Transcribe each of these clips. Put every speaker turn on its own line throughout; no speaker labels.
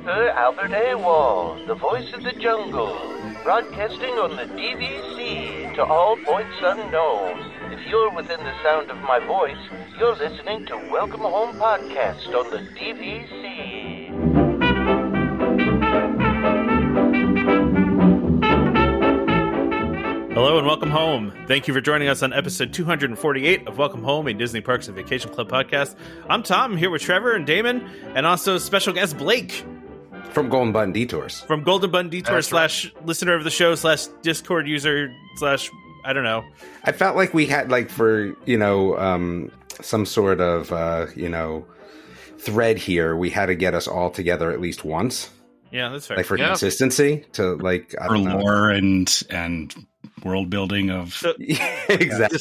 Robert Awall, the voice of the jungle, broadcasting on the DVC to all points unknown. If you're within the sound of my voice, you're listening to Welcome Home Podcast on the DVC.
Hello and welcome home. Thank you for joining us on episode 248 of Welcome Home, a Disney Parks and Vacation Club podcast. I'm Tom, here with Trevor and Damon, and also special guest Blake
From Golden Bun Detours.
from Golden Bun Detour
That's right.
slash listener of the show slash Discord user slash I don't know.
I felt like we had like for, you know, um some sort of uh, you know, thread here, we had to get us all together at least once.
Yeah, that's fair.
Like for
Yeah.
consistency to like I
for
don't know.
lore and and world building of
So-
Yeah, exactly.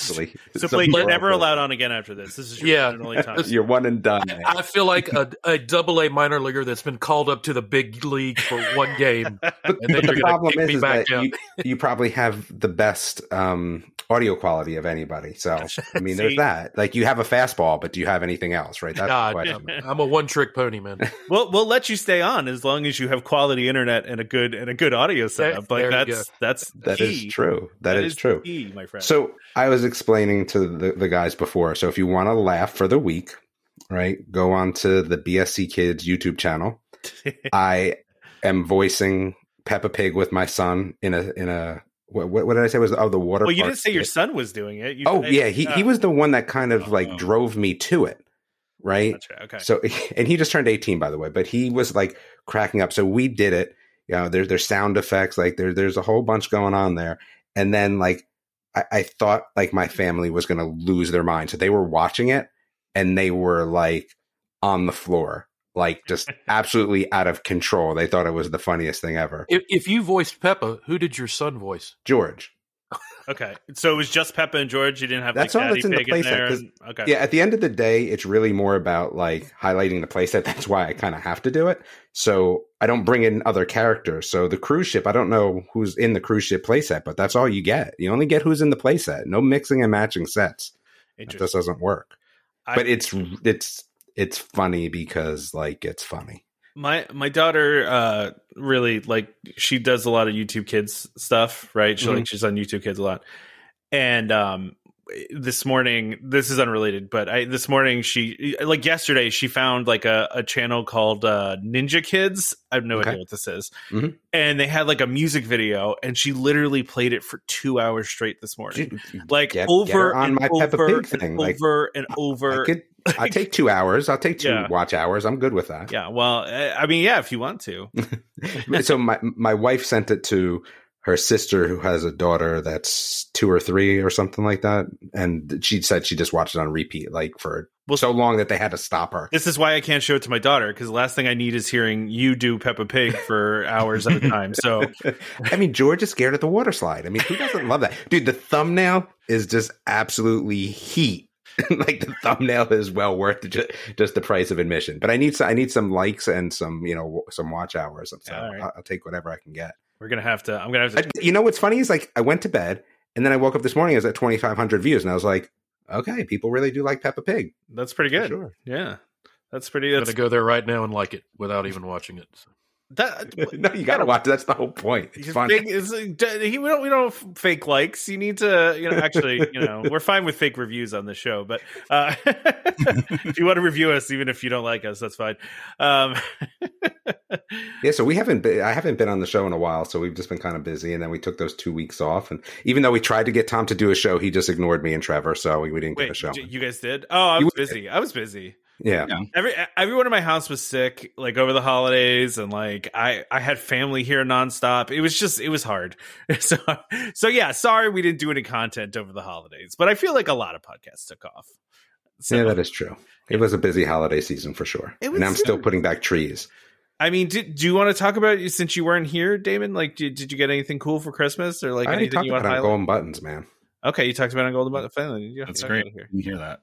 so
Some
Blake, you're
world
never
building.
allowed on again after this. This is your
Yeah.
first and only time.
You're one and done. man.
I feel like a, a double A minor leaguer that's been called up to the big league for one game.
But,
And then
but the
you're gonna
problem
kick
is,
me
is
back
that
down.
you, you probably have the best um, audio quality of anybody. So I mean,
See?
there's that. Like you have a fastball, but do you have anything else? Right? That's
Nah,
the question.
I'm a one trick pony, man.
Well, we'll let you stay on as long as you have quality internet and a good and a good audio setup.
there
Like
you
that's that's
That is
key.
true. that is, true.
key, my friend.
So I was explaining to the, the guys before. So if you want to laugh for the week, right, go on to the BSC Kids YouTube channel. I am voicing Peppa Pig with my son in a in a what, what what did I say was oh the water.
well, you
park
didn't say your
skit.
son was doing it. You, uh,
Oh yeah, he he was the one that kind of like
Oh.
drove me to it, right?
Gotcha, okay.
So and he just turned 18 by the way, but he was like cracking up. So we did it. You know, there's there's sound effects, like there there's a whole bunch going on there. And then like I, I thought like my family was gonna lose their mind. So they were watching it and they were like on the floor, like just absolutely out of control. They thought it was the funniest thing ever.
If, if you voiced Peppa, who did your son voice?
George.
Okay, so it was just Peppa and George. You didn't have
That's
like
all
Daddy
that's in the
Pig in
playset,
there.
'cause-
and- okay,
Yeah, at the end of the day, it's really more about like highlighting the playset. That's why I kind of have to do it. So I don't bring in other characters. So the cruise ship, I don't know who's in the cruise ship playset, but that's all you get. You only get who's in the playset. No mixing and matching sets. That
interesting.
just doesn't work.
I-
but it's it's it's funny because like it's funny.
my my daughter uh really like she does a lot of youtube kids stuff right she
Mm-hmm.
like she's on youtube kids a lot and um this morning this is unrelated but i this morning she like yesterday she found like a, a channel called uh ninja kids i have no
Okay.
idea what this is
Mhm.
and they had like a music video and she literally played it for two hours straight this morning like
Get- get
over
her on
and
my
over
Peppa Pig
and
thing, like,
over and
I
over
could, I'll take two hours. I'll take two
Yeah.
watch hours. I'm good with that.
yeah well I- i mean yeah if you want to
so my my wife sent it to her sister who has a daughter that's two or three or something like that, and she said she just watched it on repeat like for
Well-
so long that they had to stop her.
This is why I can't show it to my daughter because the last thing I need is hearing you do Peppa Pig for hours at a time. So
I mean, George is scared at the water slide. I mean, who doesn't love that, dude? The thumbnail is just absolutely heat. like the thumbnail is well worth just, just the price of admission. But I need some, I need some likes and some you know some watch hours. So
All right.
I'll, I'll take whatever I can get.
we're gonna have to. I'm gonna have
I,
to.
you know what's funny is like I went to bed and then I woke up this morning. I was at twenty five hundred views, and I was like, okay, people really do like Peppa Pig.
That's pretty good.
Sure.
Yeah, that's pretty.
I'm
That's
gonna go there right now and like it without even watching it.
that.
no, you got to watch. it. That's the whole point. It's
His
fun.
thing is, uh, he- we don't we don't f- fake likes. You need to you know actually you know we're fine with fake reviews on the show, but uh, if you want to review us, even if you don't like us, that's fine. Um,
Yeah, so we haven't. Been, I haven't been on the show in a while, so we've just been kind of busy. And then we took those two weeks off. And even though we tried to get Tom to do a show, he just ignored me and Trevor, so we, we didn't get a
wait,
show.
you- you guys did? Oh, I
You Mm-hmm.
was
did.
busy. I was busy.
yeah,
Every e, everyone in my house was sick, like over the holidays, and like I I had family here nonstop. It was just it was hard. So so yeah, sorry we didn't do any content over the holidays, but I feel like a lot of podcasts took off. So
yeah, that is true. It was a busy holiday season for sure,
It
and
was-
I'm still putting back trees.
I mean, did, do you want to talk about since you weren't here, Damon? Like, did, did you get anything cool for Christmas or like
I already
anything
talked
you want
about
to
it on
highlight?
golden buttons, man.
Okay, you talked about it on Golden Button. Finally, you have to
that's
talk
great.
about it
You can hear that.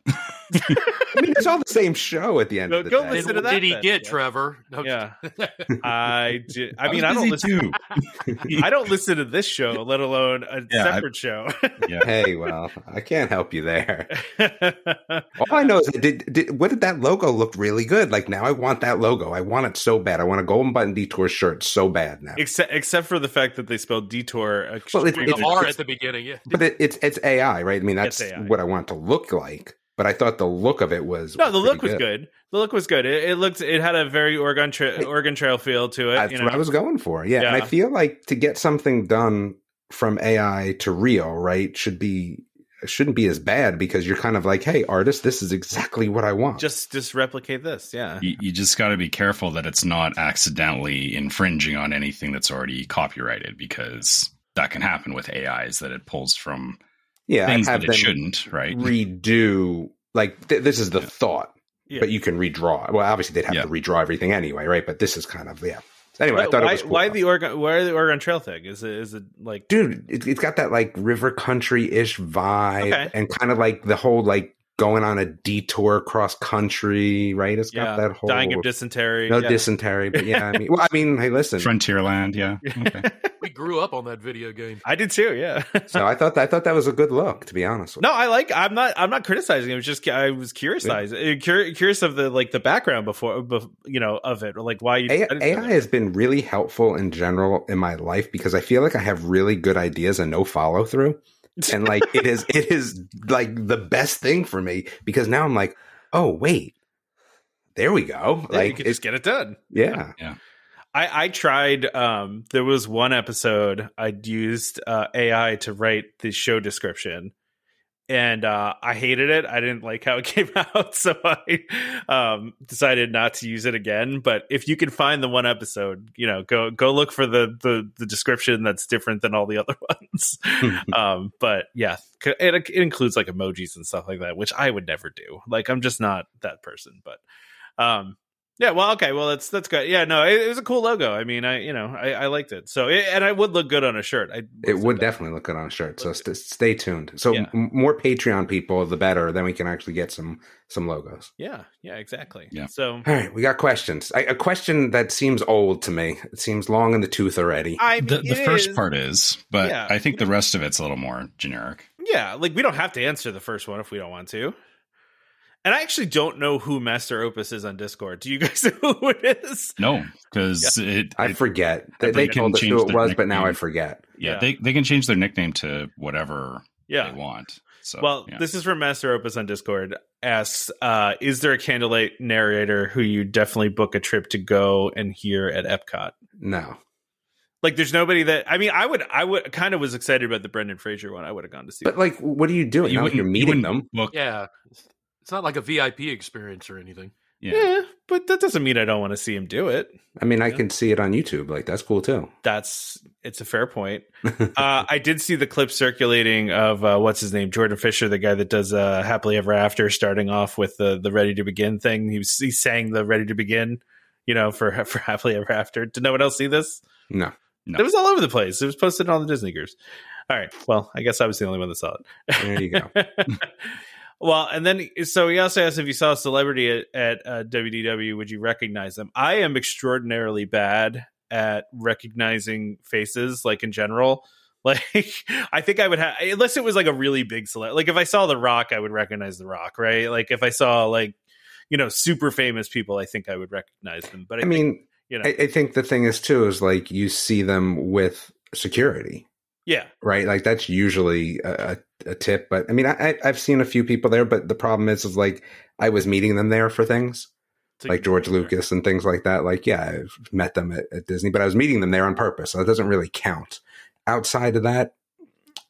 I mean, it's all the same show at the end
Go-
of the
go
day.
Did,
Listen to that
did he
then.
get
Yeah.
Trevor? No,
Yeah, I do. I mean,
was
I don't
busy
listen.
too.
I don't listen to this show, let alone a
Yeah, I-
separate show.
yeah.
Hey, well, I can't help you there. All I know is, that did, did what did that logo look really good? Like now, I want that logo. I want it so bad. I want a golden button detour shirt so bad now.
except except for the fact that they spelled detour.
Well, it-
The
it-
R at the beginning. Yeah.
but it, it's it's AI, right? I mean, that's
It's AI.
what I want it to look like. But I thought the look of it was
no, the
pretty
look was good. The look was good. It, it looked. It had a very Oregon tra- Oregon Trail feel to it.
That's
you know?
what I was going for. Yeah. And I
Yeah.
feel like to get something done from AI to real, right, should be shouldn't be as bad because you're kind of like, hey, artist, this is exactly what I want.
just just replicate this. Yeah.
You, you just got to be careful that it's not accidentally infringing on anything that's already copyrighted because that can happen with AIs that it pulls from
yeah, I've
things
had
that it
them
shouldn't, right?
redo like th- this is the
Yeah.
thought,
Yeah.
but you can redraw. Well, obviously they'd have
Yeah.
to redraw everything anyway, right? But this is kind of yeah. Anyway, I
But
thought
why,
it was cool.
why
though.
the Oregon? Why the Oregon Trail thing? Is it is it like
dude it, it's got that like river country ish vibe
Okay.
and kind of like the whole like going on a detour cross country right it's
yeah,
got that whole
dying of dysentery?
no
yeah.
dysentery but yeah i mean well i mean hey listen
Frontierland, yeah. Okay.
We grew up on that video game.
I did too. Yeah.
so i thought i thought that was a good look to be honest with
No, I like. I'm not. I'm not criticizing. It was just I was curious. Cur- curious of the like the background before, bef- you know, of it. or, Like why you
you.
decided to
AI,
do
AI
that.
has been really helpful in general in my life because I feel like I have really good ideas and no follow through. And like it is it is like the best thing for me because now I'm like, oh wait. There we go.
Yeah, you
like
could
it's
just get it done.
yeah.
I, I tried. Um, there was one episode I'd used uh, AI to write the show description, and uh, I hated it. I didn't like how it came out, so I um, decided not to use it again. But if you can find the one episode, you know, go go look for the the, the description that's different than all the other ones.
Hmm.
um, but yeah, c- it, it includes like emojis and stuff like that, which I would never do. Like I'm just not that person. But um, yeah, well, okay, well that's that's good. Yeah, no, it, it was a cool logo. I mean, I you know I, I liked it. So it, and I would look good on a shirt. I
It would definitely look good on a shirt. So
Look
st- stay tuned. So
Yeah.
m- more Patreon people, the better. Then we can actually get some some logos.
Yeah, yeah, exactly.
Yeah.
So
All right, we got questions. I, a question that seems old to me. It seems long in the tooth already.
I
The,
mean,
the
it
first
is-
part is, but
Yeah.
I think the rest of it's a little more generic.
Yeah, like we don't have to answer the first one if we don't want to. And I actually don't know who Master Opus is on Discord. Do you guys know who it is?
No, because it,
I
it-
forget. They,
think
they
you can
told us who
change
it
their
was, but now I
nickname.
forget.
yeah,
Yeah.
They, they can change their nickname to whatever
Yeah.
they want. So,
well,
yeah.
this is from Master Opus on Discord. Asks, uh, is there a candlelight narrator who you definitely book a trip to go and hear at Epcot?
No.
Like, there's nobody that I mean, I would, I would kind of was excited about the Brendan Fraser one. I would have gone to see.
But like, what are you doing? You you're meeting
wouldn't
them.
Book,
Yeah. It's not like a VIP experience or anything.
yeah.
that. yeah, but that doesn't mean I don't want to see him do it.
I mean, I can see it on YouTube. Like that's cool too.
that's it's a fair point. uh, I did see the clip circulating of uh, what's his name, Jordan Fisher, the guy that does uh, "Happily Ever After," starting off with the the "Ready to Begin" thing. He was, he sang the "Ready to Begin," you know, for for "Happily Ever After." Did no one else see this?
No.
No.
It was all over the place. It was posted on all the Disney groups. All right. Well, I guess I was the only one that saw it.
There you go.
well, and then so he also asked if you saw a celebrity at, at uh, WDW, would you recognize them? I am extraordinarily bad at recognizing faces, like in general. Like I think I would have, unless it was like a really big celebrity. Like if I saw The Rock, I would recognize The Rock, right? Like if I saw like you know super famous people, I think I would recognize them. But I,
I mean,
you know,
I, I think the thing is too is like you see them with security.
yeah,
right? Like that's usually a, a, a tip. But I mean, I, I, I've seen a few people there, but the problem is, is like I was meeting them there for things
So-
like George Lucas and things like that. Like, yeah, I've met them at, at Disney, but I was meeting them there on purpose. So it doesn't really count. Outside of that,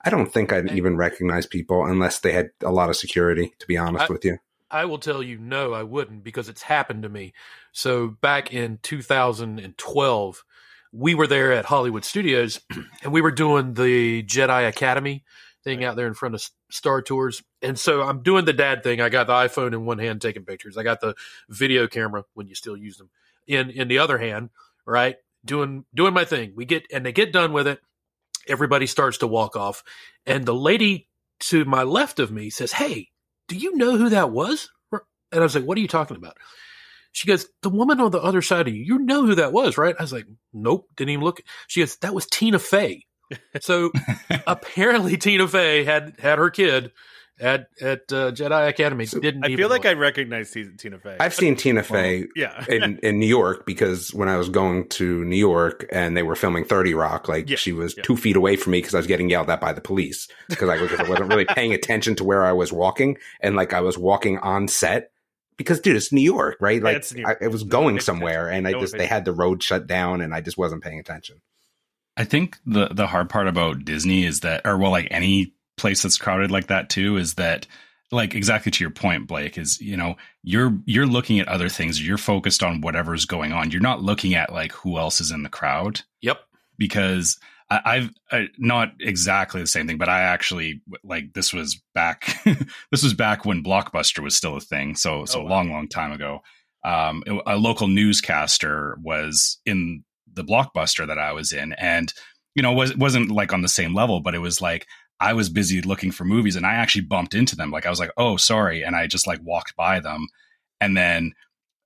I don't think I'd even recognize people unless they had a lot of security, to be honest
I-
with you.
I will tell you, no, I wouldn't because it's happened to me. So back in 2012, we were there at Hollywood Studios and we were doing the Jedi Academy thing out there in front of S- Star Tours. And so I'm doing the dad thing. I got the iPhone in one hand taking pictures. I got the video camera when you still use them in in the other hand, right? Doing doing my thing. We get and they get done with it. Everybody starts to walk off and the lady to my left of me says, "Hey, do you know who that was?" And I was like, what are you talking about? She goes, the woman on the other side of you, you know who that was, right? I was like, nope, didn't even look. She goes, that was Tina Fey. So apparently Tina Fey had had her kid at at uh, Jedi Academy. Didn't
I
even
feel like
look.
I recognize T- Tina Fey.
I've seen Tina Fey
yeah.
in, in New York because when I was going to New York and they were filming 30 Rock, like
Yeah,
she was
yeah.
two feet away from me because I was getting yelled at by the police because I, because I wasn't really paying attention to where I was walking. And like I was walking on set because, dude, it's New York, right? Like
it's New
I,
York.
it was
No one
going
pays
somewhere
attention.
and I
No one
just,
pays
they had the road shut down and I just wasn't paying attention.
I think the the hard part about Disney is that, or well, like any place that's crowded like that too, is that like exactly to your point, Blake, is you know you're you're looking at other things. You're focused on whatever's going on. You're not looking at like who else is in the crowd
Yep.
because I, I've I, not exactly the same thing, but I actually like this was back this was back when Blockbuster was still a thing, so so
Oh,
a
wow.
long long time ago. Um, it- a local newscaster was in the Blockbuster that I was in, and you know was wasn't like on the same level, but it was like I was busy looking for movies, and I actually bumped into them. Like I was like, oh sorry, and I just like walked by them, and then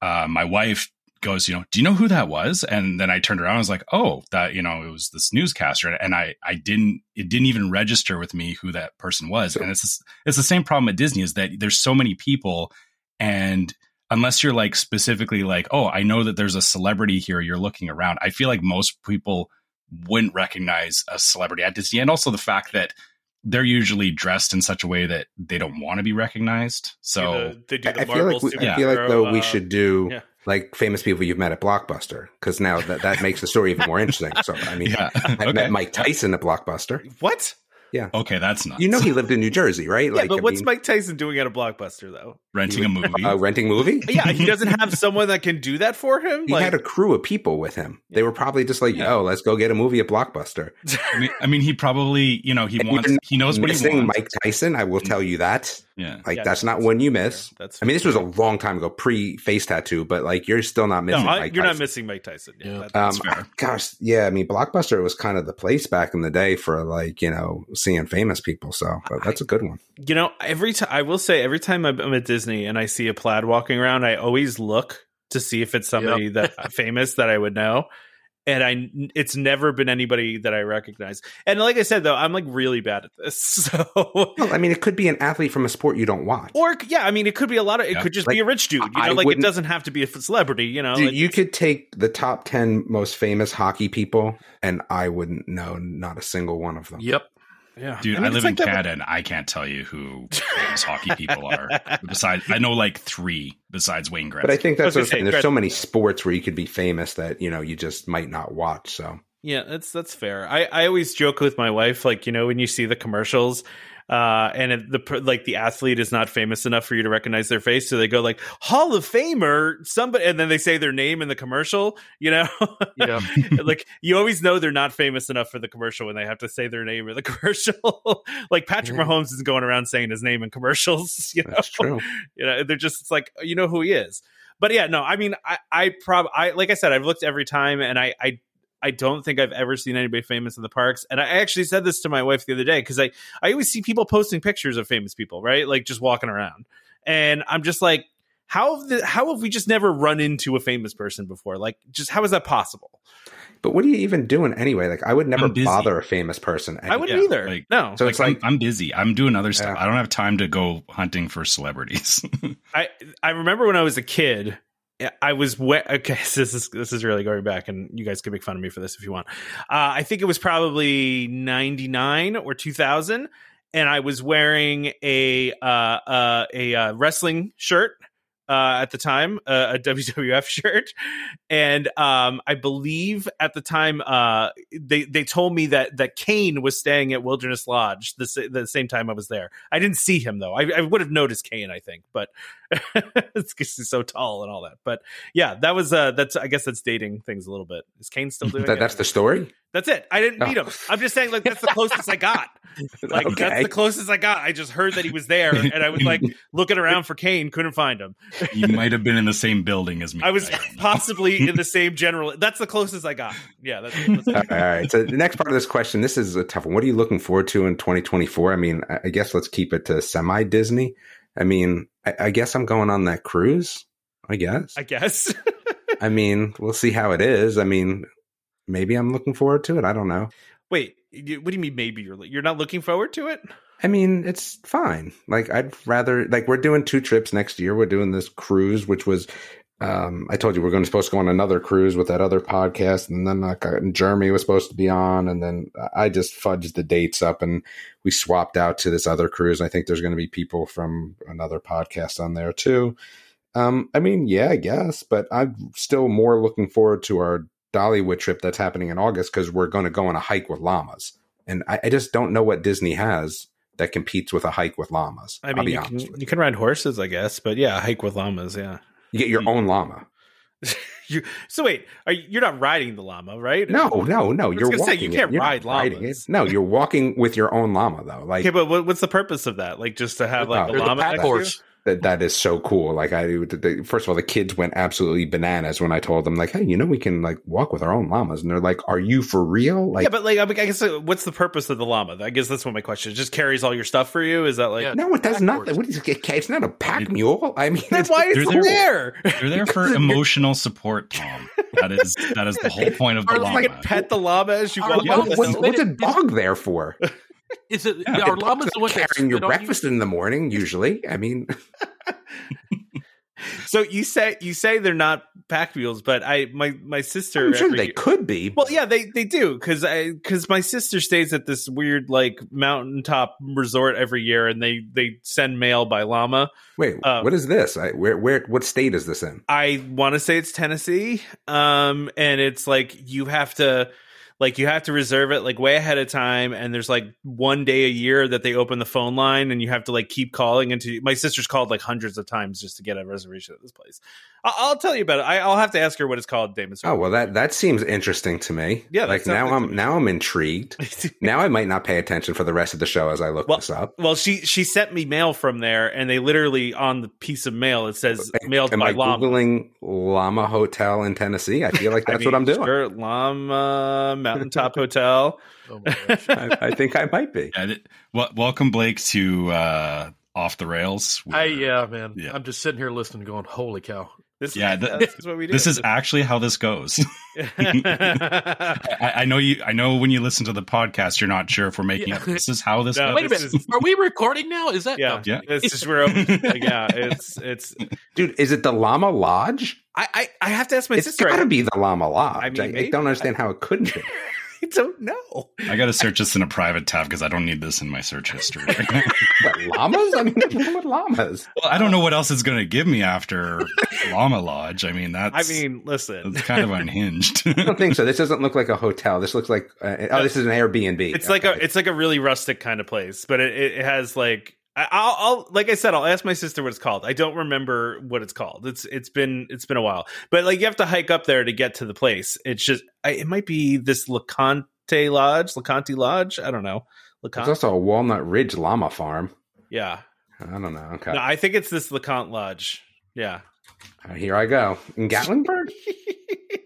uh, my wife goes, you know, do you know who that was? And then I turned around, I was like, oh, that, you know, it was this newscaster. And I, I didn't, it didn't even register with me who that person was.
So-
and it's, it's the same problem at Disney is that there's so many people and unless you're like specifically like, oh, I know that there's a celebrity here, you're looking around. I feel like most people wouldn't recognize a celebrity at Disney. And also the fact that they're usually dressed in such a way that they don't want to be recognized. So
they
I,
do the
I feel
Marvel
like, we, I
superhero,
feel like though we
uh,
should do
yeah.
like famous people you've met at Blockbuster because now that, that makes the story even more interesting. So, I mean,
yeah.
I
okay.
met Mike Tyson at Blockbuster.
What?
okay. That's not,
You know, he lived in New Jersey, right?
Yeah, but
I
what's
mean-
Mike Tyson doing at a blockbuster though?
renting a movie.
uh, renting movie.
Yeah, he doesn't have someone that can do that for him.
He
like,
had a crew of people with him. They were probably just like,
Yeah.
"Oh, let's go get a movie at Blockbuster."
I mean, I mean, he probably, you know, he
And
wants,
you're
he knows what he
Missing
wants.
Mike Tyson, I will tell you that.
Yeah.
Like,
Mm. Yeah,
that's
no,
not one you miss.
fair. That's
I mean, this was a long time ago, pre face tattoo, but like, you're still not
no,
missing.
I-
Mike
you're not
Tyson.
missing Mike Tyson. Yeah,
Yeah.
that-
Um,
That's fair.
gosh, yeah. I mean, Blockbuster was kind of the place back in the day for like you know seeing famous people. So but that's a good one.
you know, every time I will say, every time I'm I'm at Disney and I see a plaid walking around, I always look to see if it's somebody that uh, famous that I would know. And I, it's never been anybody that I recognize. And like I said, though, I'm like really bad at this. So,
Well, I mean, it could be an athlete from a sport you don't watch.
or yeah, I mean, it could be a lot of. It
Yeah.
could just
Like,
be a rich dude. You know,
I
like it
wouldn't-
doesn't have to be a f- celebrity. You know,
Dude,
like,
you could take the top 10 most famous hockey people, and I wouldn't know not a single one of them.
Yep.
yeah,
Dude, I,
mean,
live
it's
in
like that-
Canada and I can't tell you who famous hockey people are. Besides, I know like three besides Wayne Gretzky.
But I think that's
I
what
was gonna
I'm saying.
say,
There's so
Gretz-
many sports where you could be famous that, you know, you just might not watch. So
Yeah, that's that's fair. I I always joke with my wife, like you know, when you see the commercials, uh, and it, the per- like the athlete is not famous enough for you to recognize their face, so they go like Hall of Famer, somebody, and then they say their name in the commercial. You know,
Um,
Yeah.
like you always know they're not famous enough for the commercial when they have to say their name in the commercial. like Patrick
Yeah.
Mahomes isn't going around saying his name in commercials. You know,
that's true.
you know they're just it's like uh, you know who he is but yeah no i mean i i prob i like i said i've looked every time and i i I don't think I've ever seen anybody famous in the parks, and I actually said this to my wife the other day because I I always see people posting pictures of famous people, right? Like just walking around, and I'm just like, how have the, how have we just never run into a famous person before? Like, just how is that possible?
But what are you even doing anyway? Like, I would never
I'm busy.
bother a famous person.
I wouldn't
yeah,
either.
like-
no,
So
like,
it's like,
I'm, I'm busy. I'm doing other stuff.
Yeah.
I don't have time to go hunting for celebrities.
I I remember when I was a kid, I was we- okay. This is this is really going back, and you guys can make fun of me for this if you want. Uh, I think it was probably ninety nine or two thousand, and I was wearing a uh, uh, a uh, wrestling shirt. Uh, at the time, uh, a WWF shirt, and um, I believe at the time uh, they they told me that that Kane was staying at Wilderness Lodge the sa- the same time I was there. I didn't see him though. I, I would have noticed Kane, I think, but it's 'cause he's so tall and all that. But yeah, that was uh that's I guess that's dating things a little bit. Is Kane still doing
that,
it?
that's the story.
That's it. I didn't
Oh.
meet him. I'm just saying like that's the closest I got. Like that's
Okay.
the closest I got. I just heard that he was there and I was like looking around for Kane, couldn't find him.
you might have been in the same building as me.
I was
don't know.
possibly in the same general. That's the closest I got. Yeah, that's, that's
All right. So the next part of this question, this is a tough one. What are you looking forward to in 2024? I mean, I I guess let's keep it to semi Disney. I mean, I, I guess I'm going on that cruise. I guess.
I guess.
I mean, we'll see how it is. I mean, maybe I'm looking forward to it. I don't know.
Wait, you- what do you mean? Maybe you're you're not looking forward to it?
I mean, it's fine. Like I'd rather like we're doing two trips next year. We're doing this cruise, which was um, I told you we're going to supposed to go on another cruise with that other podcast, and then like uh, Jeremy was supposed to be on, and then I just fudged the dates up, and we swapped out to this other cruise. I think there's going to be people from another podcast on there too. Um, I mean, yeah, I guess, but I'm still more looking forward to our Dollywood trip that's happening in August because we're going to go on a hike with llamas, and I, I just don't know what Disney has that competes with a hike with llamas.
I mean,
will be
you
honest
can,
with
you can ride horses, I guess, but yeah, hike with llamas, yeah.
you. You get your own llama.
You so wait, are you, you're not riding the llama, right?
No, no, no.
was
You're
gonna
walking.
say, you
it.
can't
You're not
ride
riding it.
llamas.
No, you're walking with your own llama though. Like
Okay, but what, what's the purpose of that? Like just to have like
No,
the
They're the
llama
pack
next to you?
horse.
that, that is so cool. Like I, they, first of all, the kids went absolutely bananas when I told them, like, hey, you know, we can like walk with our own llamas, and they're like, are you for real? Like,
yeah, but like I mean, I guess uh, what's the purpose of the llama? I guess that's what my question is. Just carries all your stuff for you? Is that like
Yeah.
no, it does
Pack
not.
horse.
What is it? It's not a pack mule. I mean,
that's why it's
They're
there?
Oh
They're there for emotional support, Tom. That is that is the whole point of the
Or
llama.
like pet the llama as you
Our
walk
llama-
up
What-
the
what's,
hill?
what's a dog there for?
Is it
Yeah.
our
It's
llama's the
not
one that
carrying your
spit on you?
breakfast in the morning. Usually, I mean,
So you say you say they're not pack mules, but I my my sister
I'm sure
every-
they could be.
Well, yeah, they they do because I because my sister stays at this weird like mountaintop resort every year, and they they send mail by llama.
Wait,
um,
what is this? I, where, where, what state is this in?
I want to say it's Tennessee, um, and it's like you have to like you have to reserve it like way ahead of time, and there's like one day a year that they open the phone line, and you have to like keep calling until my sister's called like hundreds of times just to get a reservation at this place. I- I'll tell you about it. I- I'll have to ask her what it's called, Damon.
Oh well, that that seems interesting to me.
Yeah, that
like
sounds
now
good to
I'm
me.
now I'm intrigued. Now I might not pay attention for the rest of the show as I look
Well,
this up.
Well, she she sent me mail from there, and they literally on the piece of mail it says mailed
Am
by
I
llama.
googling Llama Hotel in Tennessee? I feel like
I
that's
mean,
what I'm doing.
Sure, llama mountaintop hotel.
Oh my gosh.
I, I think I might be.
Yeah, th- wel- welcome Blake to uh, off the rails.
I, uh, yeah, man.
Yeah.
I'm just sitting here listening, going, "Holy cow!"
This
Yeah,
is,
th-
this is what we do.
This is actually how this goes. I, I know you. I know when you listen to the podcast, you're not sure if we're making
Yeah.
up. This is how this.
No,
goes.
Wait a
this
minute,
is-
are we recording now? Is that
yeah,
Yeah.
This is where like, yeah, it's it's.
Dude, is it the Llama Lodge?
I I, I have to ask my
It's
sister.
got to
I,
be the Llama Lodge. I,
I mean,
I
maybe.
don't understand how it couldn't be.
I don't know.
I got to search this in a private tab because I don't need this in my search history. well,
But llamas? I mean, what's wrong with llamas?
I don't know what else it's going to give me after Llama Lodge. I mean,
I
that's.
mean, listen,
that's kind of unhinged.
I don't think so. This doesn't look like a hotel. This looks like uh, oh, this is an Airbnb.
it's like a
Okay.
it's like a really rustic kind of place, but it, it has like I- I'll, I'll like I said I'll ask my sister what it's called. I don't remember what it's called. It's it's been it's been a while, but like you have to hike up there to get to the place. It's just I, it might be this Leconte Lodge, Leconte Lodge. I don't know.
It's
Leconte,
also a Walnut Ridge llama farm.
yeah.
I don't know. Okay,
No, I think it's this Leconte Lodge. Yeah,
Uh, here I go. In Gatlinburg.
it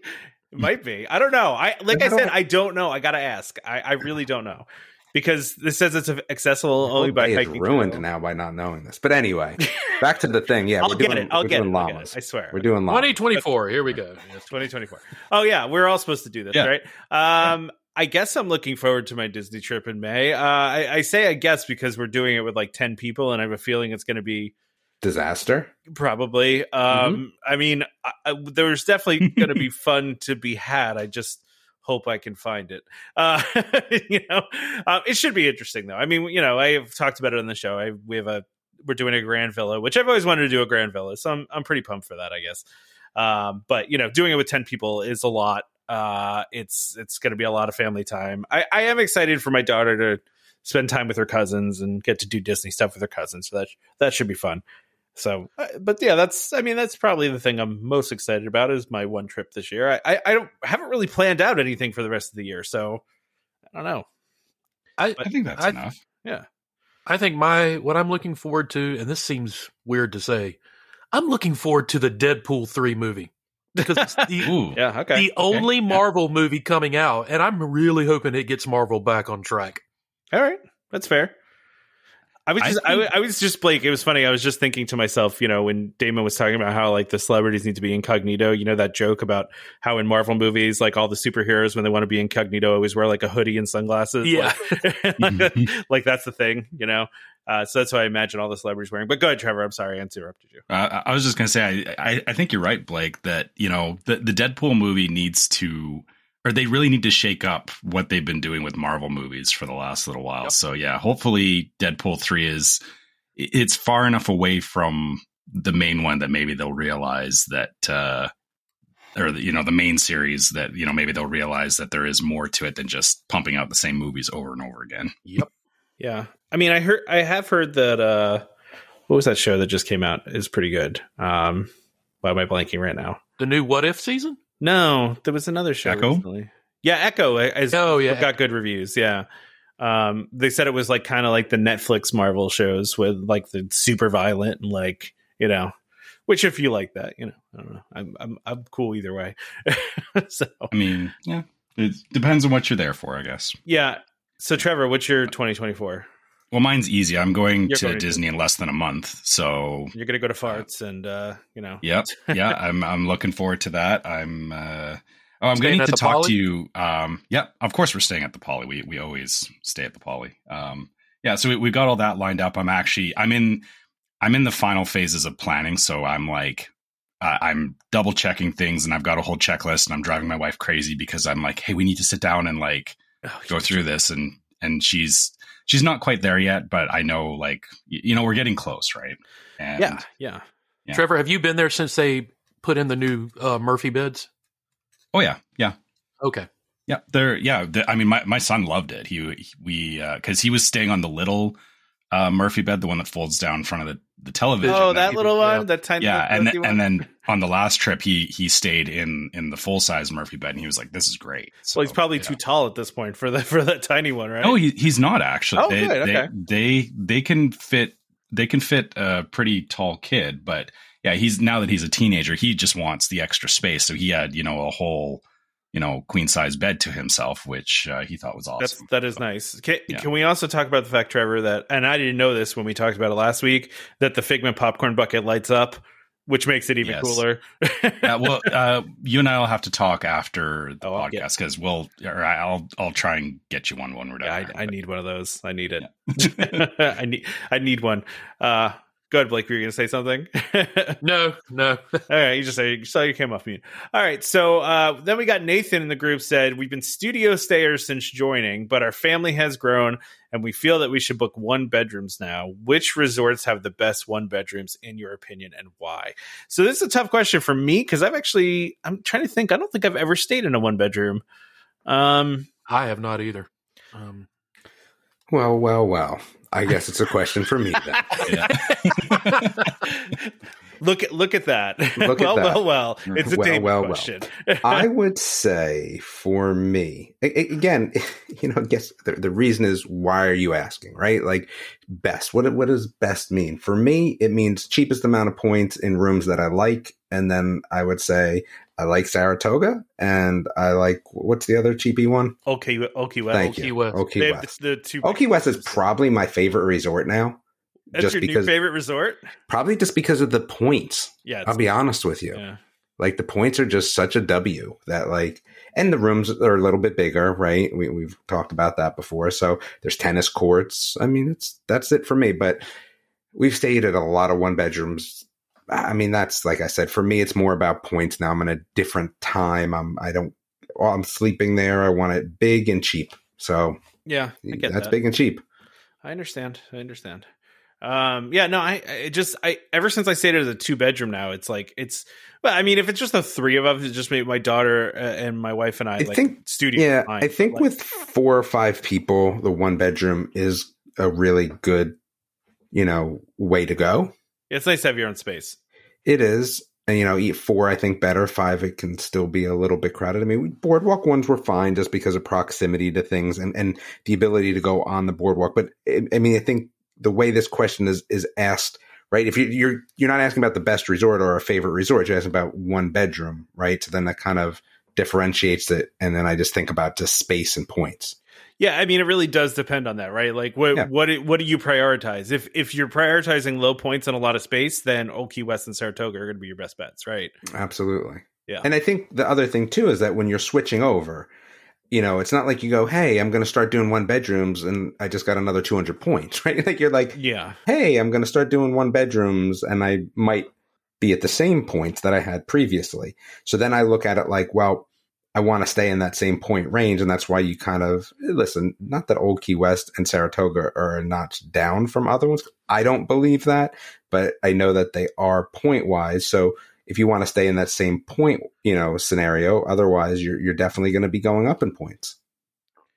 might be. I don't know. I like I
I don't-
said, I don't know. I gotta ask. I, I really don't know because this says it's accessible
whole
only by
day is
hiking.
ruined
trail.
now by not knowing this. But anyway, back to the thing. Yeah,
I'll
we're
get
doing
it. I'll
we're
get it.
doing
I'll get
llamas.
it. I swear.
We're doing llamas.
2024. Here we go. Yes.
2024. Oh yeah, we're all supposed to do this,
Yeah.
right? Um, I guess I'm looking forward to my Disney trip in May. Uh, I, I say I guess because we're doing it with like 10 people, and I have a feeling it's going to be
Disaster.
probably. Um, I mean, I, I, there's definitely going to be fun to be had. I just hope I can find it. Uh, you know, um, it should be interesting though. I mean, you know, I have talked about it on the show. I we have a we're doing a grand villa, which I've always wanted to do a grand villa, so I'm I'm pretty pumped for that, I guess. Um, but you know, doing it with ten people is a lot. Uh, it's it's going to be a lot of family time. I, I am excited for my daughter to spend time with her cousins and get to do Disney stuff with her cousins. So that that should be fun. So, uh, but yeah, that's I mean that's probably the thing I'm most excited about is my one trip this year. I I, I don't haven't really planned out anything for the rest of the year, so I don't know.
I think that's
I-
enough.
I think my what I'm looking forward to, and this seems weird to say, I'm looking forward to the Deadpool three movie because it's the
Ooh,
Yeah, okay.
the only Marvel movie coming out, and I'm really hoping it gets Marvel back on track.
All right, that's fair. I was
I
just, I,
think-
wa- I was just Blake. It was funny. I was just thinking to myself, you know, when Damon was talking about how like the celebrities need to be incognito. You know that joke about how in Marvel movies, like all the superheroes when they want to be incognito, always wear like a hoodie and sunglasses.
Yeah.
like, like, that's the thing, you know. Uh, so that's what I imagine all the celebrities wearing. But go ahead, Trevor. I'm sorry, I interrupted you.
Uh, I, I was just gonna say, I, I, I think you're right, Blake. That you know, the the Deadpool movie needs to, or they really need to shake up what they've been doing with Marvel movies for the last little while.
Yep.
So yeah, hopefully, Deadpool three is i- it's far enough away from the main one that maybe they'll realize that, uh, or the, you know, the main series that you know maybe they'll realize that there is more to it than just pumping out the same movies over and over again.
Yep.
Yeah, I mean, I heard, I have heard that. uh What was that show that just came out? Is pretty good. Um, why am I blanking right now?
The new What If season?
No, there was another show.
Echo?
recently. Yeah, Echo uh, is
Oh yeah.
got good reviews. Yeah. Um, they said it was like kind of like the Netflix Marvel shows with like the super violent and like, you know, which if you like that, you know, I don't know. I'm I'm I'm cool either way. so
I mean, yeah, it depends on what you're there for, I guess.
yeah. So Trevor, what's your 2024?
Well, mine's easy. I'm going
You're
to
going to-
Disney in less than a month, so
You're gonna go to farts and uh, you know.
yep, yeah. I'm I'm looking forward to that. I'm. uh Oh, I'm
Staying
going to
at
need to
the
talk
Poly?
to you. Um, yeah, of course we're staying at the Poly. We we always stay at the Poly. Um, yeah, so we, we got all that lined up. I'm actually I'm in I'm in the final phases of planning, so I'm like uh, I'm double checking things, and I've got a whole checklist, and I'm driving my wife crazy because I'm like, hey, we need to sit down and like
Oh,
go through this and and she's she's not quite there yet but i know like y- you know we're getting close right and
yeah, yeah.
Yeah.
Trevor, have you been there since they put in the new uh, Murphy beds?
oh yeah yeah
Okay.
yeah there yeah the, i mean my, my son loved it he we uh because he was staying on the little uh murphy bed the one that folds down in front of the the television
Oh, that
he-
little one,
yeah.
that tiny
yeah and
little
then, and then on the last trip he he stayed in in the full size murphy bed and he was like this is great so
well, he's probably
yeah. Oh,
too tall at this point for that for that tiny one, right?
No, he, he's not actually.
Oh,
they,
good, okay.
They, they they can fit they can fit a pretty tall kid, but yeah, he's now that he's a teenager, he just wants the extra space. So he had you know a whole you know queen size bed to himself, which uh, he thought was awesome.
That's that is nice. Can,
Yeah.
can we also talk about the fact, Trevor, that and I didn't know this when we talked about it last week that the Figment popcorn bucket lights up, which makes it even
Yes.
cooler.
Uh, well, uh, you and I will have to talk after the
Oh, I'll get-
podcast because we'll. Or I'll I'll try and get you one when we're done.
Yeah, I,
there,
I
but-
need one of those. I need it. I need I need one. Uh, go ahead, Blake. Were you going to say something?
No, no.
All right, you just saw you, saw you came off mute. All right, so uh, then we got Nathan in the group said we've been studio stayers since joining, but our family has grown and we feel that we should book one bedrooms now. Which resorts have the best one bedrooms in your opinion, and why? So this is a tough question for me because I've actually I'm trying to think. I don't think I've ever stayed in a one bedroom. Um,
I have not either. Um,
Well, well, well. I guess it's a question for me then.
look at look at that.
Look at
well,
that.
well, well. It's a
Well,
David
well, well.
question.
I would say for me, a- a- again, you know, I guess the, the reason is why are you asking, right? Like best, what, what does best mean? For me, it means cheapest amount of points in rooms that I like. And then I would say I like Saratoga and I like, what's the other cheapy one?
Okay, okay, well.
Thank
Oki
you.
West.
Oki
They have
West.
the, the two
Oki West is probably my favorite resort now,
That's
just
your
because-
new favorite resort.
probably just because of the points.
Yeah, it's-
I'll be honest with you.
yeah.
like the points are just such a W that like, and the rooms are a little bit bigger, right? We, we've talked about that before. So there's tennis courts. I mean, it's that's it for me. But we've stayed at a lot of one bedrooms. I mean, that's like I said, for me, it's more about points. Now I'm in a different time. I'm I don't. Well, I'm sleeping there. I want it big and cheap. So
Yeah, I get
that's
that.
big and cheap.
I understand. I understand. Um, yeah, no, I, I just, I, ever since I stayed at a two bedroom now, it's like, it's, well, I mean, if it's just the three of us, it's just me, my daughter uh, and my wife and I,
I
like,
think-
studio.
Yeah,
time,
I think
like-
with four or five people, the one bedroom is a really good, you know, way to go.
it's nice to have your own space.
It is. And, you know, eat four, I think better. Five, it can still be a little bit crowded. I mean, boardwalk ones were fine just because of proximity to things and, and the ability to go on the boardwalk. But I I mean, I think the way this question is, is asked, right? If you, you're, you're not asking about the best resort or a favorite resort, you're asking about one bedroom, right? So then that kind of differentiates it. And then I just think about just space and points.
Yeah, I mean, it really does depend on that, right? Like, what
Yeah.
what do- what do you prioritize? If if you're prioritizing low points and a lot of space, then Old Key West and Saratoga are going to be your best bets, right?
Absolutely.
Yeah.
And I think the other thing too is that when you're switching over, you know, it's not like you go, "Hey, I'm going to start doing one bedrooms and I just got another 200 points." Right? Like you're like,
Yeah,
"Hey, I'm going to start doing one bedrooms and I might be at the same points that I had previously." So then I look at it like, "Well, I want to stay in that same point range and that's why you kind of listen, not that Old Key West and Saratoga are a notch down from other ones. I don't believe that, but I know that they are point wise. So if you want to stay in that same point, you know, scenario, otherwise you're you're definitely going to be going up in points.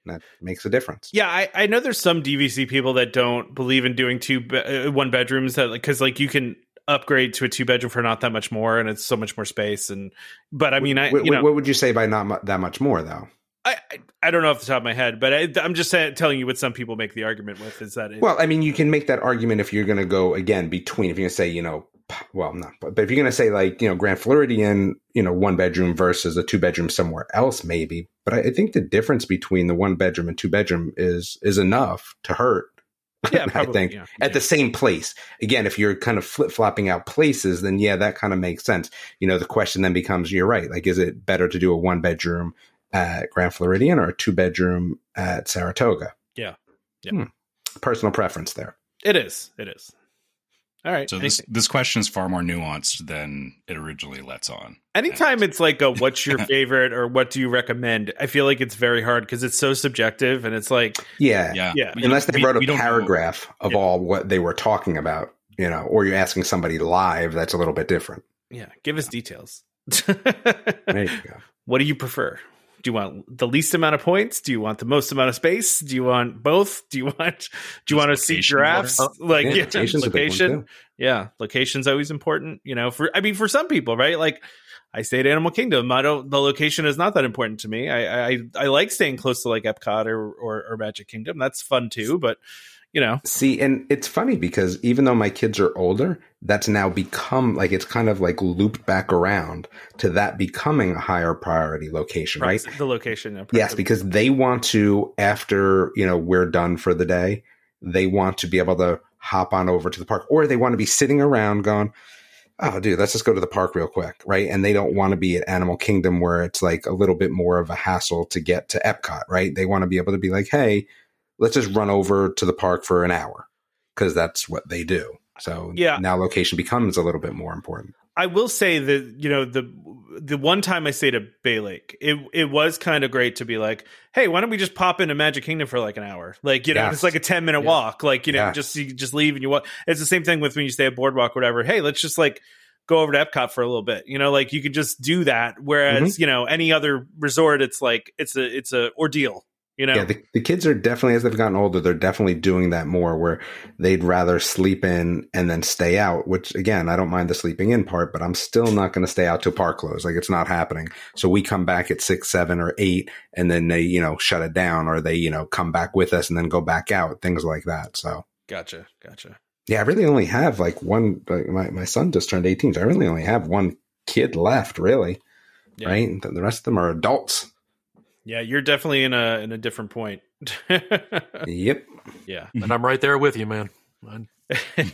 And that makes a difference.
yeah. I, I know there's some DVC people that don't believe in doing two be- uh, one bedrooms that because like you can upgrade to a two bedroom for not that much more, and it's so much more space. And but I mean, I
Wh-
you
wh-
know
what would you say by not mu- that much more though?
I I- I don't know off the top of my head, but I, I'm just saying, telling you what some people make the argument with is that it,
Well, I mean, you can make that argument if you're going to go again between, if you're going to say, you know, p- well, not, but but if you're going to say like, you know, Grand Floridian, you know, one bedroom versus a two bedroom somewhere else, maybe. But I, I think the difference between the one bedroom and two bedroom is is enough to hurt.
yeah,
I think
yeah.
at the same place. Again, if you're kind of flip flopping out places, then yeah, that kind of makes sense. You know, the question then becomes, you're right. Like, is it better to do a one bedroom at Grand Floridian or a two bedroom at Saratoga?
Yeah. Yeah.
Hmm. Personal preference there.
it is, it is. All right.
So this this question is far more nuanced than it originally lets on.
Anytime it's like a what's your favorite or what do you recommend, I feel like it's very hard because it's so subjective and it's like,
Yeah.
Yeah,
yeah,
We-
Unless they
we-
wrote a
we don't know.
paragraph of
Yeah.
all what they were talking about, you know, or you're asking somebody live, that's a little bit different.
yeah, give us details.
There you go.
what do you prefer? Do you want the least amount of points? Do you want the most amount of space? Do you want both? Do you want do you want to see
Location
giraffes?
matter?
Like
Oh, Yeah,
yeah,
location's a big one,
location.
too.
yeah location's always important you know for i mean for some people right like i stay at animal kingdom i don't the location is not that important to me i i, I like staying close to like epcot or, or or magic kingdom that's fun too but you know
See, and it's funny because even though my kids are older, that's now become like it's kind of like looped back around to that becoming a higher priority location, right?
price- the location yeah, price
Yes,
of-
because they want to after, you know, we're done for the day, they want to be able to hop on over to the park or they want to be sitting around going, "Oh, dude, let's just go to the park real quick," right? And they don't want to be at Animal Kingdom where it's like a little bit more of a hassle to get to Epcot, right? They want to be able to be like, "Hey, let's just run over to the park for an hour." Cuz that's what they do. So
Yeah.
now location becomes a little bit more important.
I will say that you know the the one time I stayed at Bay Lake, it it was kind of great to be like, hey, why don't we just pop into Magic Kingdom for like an hour? Like you know,
Yes.
it's like a ten minute
Yeah.
walk. Like you know,
Yes.
just you just leave and you walk. It's the same thing with when you stay at Boardwalk, or whatever. Hey, let's just like go over to Epcot for a little bit. You know, like you could just do that. Whereas
Mm-hmm.
you know any other resort, it's like it's a it's a ordeal. You know,
Yeah, the, the kids are definitely as they've gotten older, they're definitely doing that more where they'd rather sleep in and then stay out, which again, I don't mind the sleeping in part, but I'm still not going to stay out till park close. Like it's not happening. So we come back at six, seven or eight and then they, you know, shut it down or they, you know, come back with us and then go back out, things like that. So
gotcha, gotcha.
yeah, I really only have like one, like my, my son just turned 18. So I really only have one kid left really.
Yeah.
Right. The the rest of them are adults.
Yeah, you're definitely in a in a different point.
Yep.
yeah.
And I'm right there with you, man. I-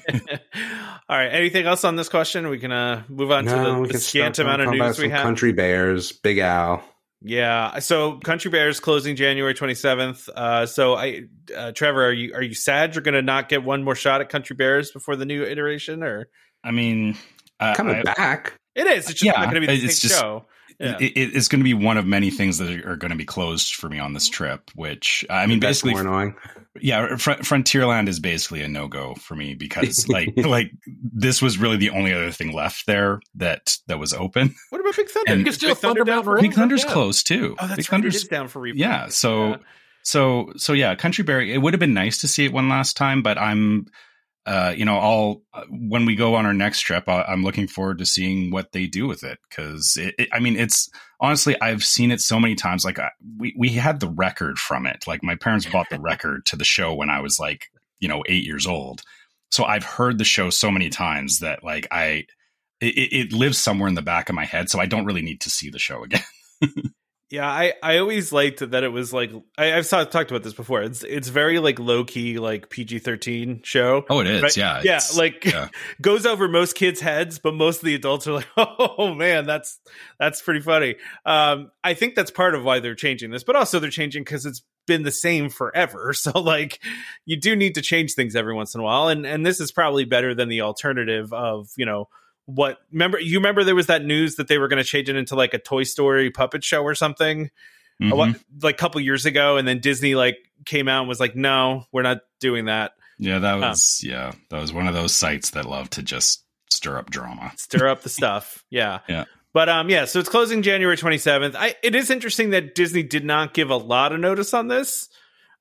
All right. Anything else on this question? We can uh, move on to the-
we
the,
can start
scant amount of
talking about
news we
some
have.
Country Bears, Big Al.
yeah. So Country Bears closing January 27th. Uh, so I, uh, Trevor, are you are you sad you're going to not get one more shot at Country Bears before the new iteration? Or
I mean, uh,
Coming
I-
back.
it is. It's just
Yeah,
not going to be the
it's
same
just-
show. Yeah.
it, it- it's going to be one of many things that are, going to be closed for me on this trip. Which I mean,
That's
basically,
more annoying.
yeah, Fr- Frontierland is basically a no go for me because like like this was really the only other thing left there that that was open.
what about Big Thunder? Is
and-
You can still
Big Thunder
Thunder
down
Mountain
for
Big
Range.
Thunder's
Yeah.
closed too.
Oh, that's
Big
right. It
Thunder's
is down for replay.
yeah so so so yeah country berry it would have been nice to see it one last time but i'm uh you know i'll when we go on our next trip I, i'm looking forward to seeing what they do with it because it, it- i mean it's honestly i've seen it so many times like I, we we had the record from it like my parents bought the record to the show when i was like you know eight years old so i've heard the show so many times that like i it, it lives somewhere in the back of my head so i don't really need to see the show again
Yeah, I, I always liked that it was like I, I've saw, talked about this before. It's it's very like low key like PG thirteen show.
Oh, it is.
Right?
Yeah.
yeah,
It's-
like
yeah.
goes over most kids' heads, but most of the adults are like, "Oh man, that's that's pretty funny." Um, I think that's part of why they're changing this, but also they're changing because it's been the same forever. So like, you do need to change things every once in a while, and and this is probably better than the alternative of you know what remember you remember there was that news that they were going to change it into like a toy story puppet show or something
Mhm.
a lot, like a couple years ago and then disney like came out and was like no we're not doing that
Yeah, that was yeah, that was one of those sites that love to just stir up drama.
stir up the stuff yeah
Yeah.
but um yeah so it's closing january 27th i it is interesting that disney did not give a lot of notice on this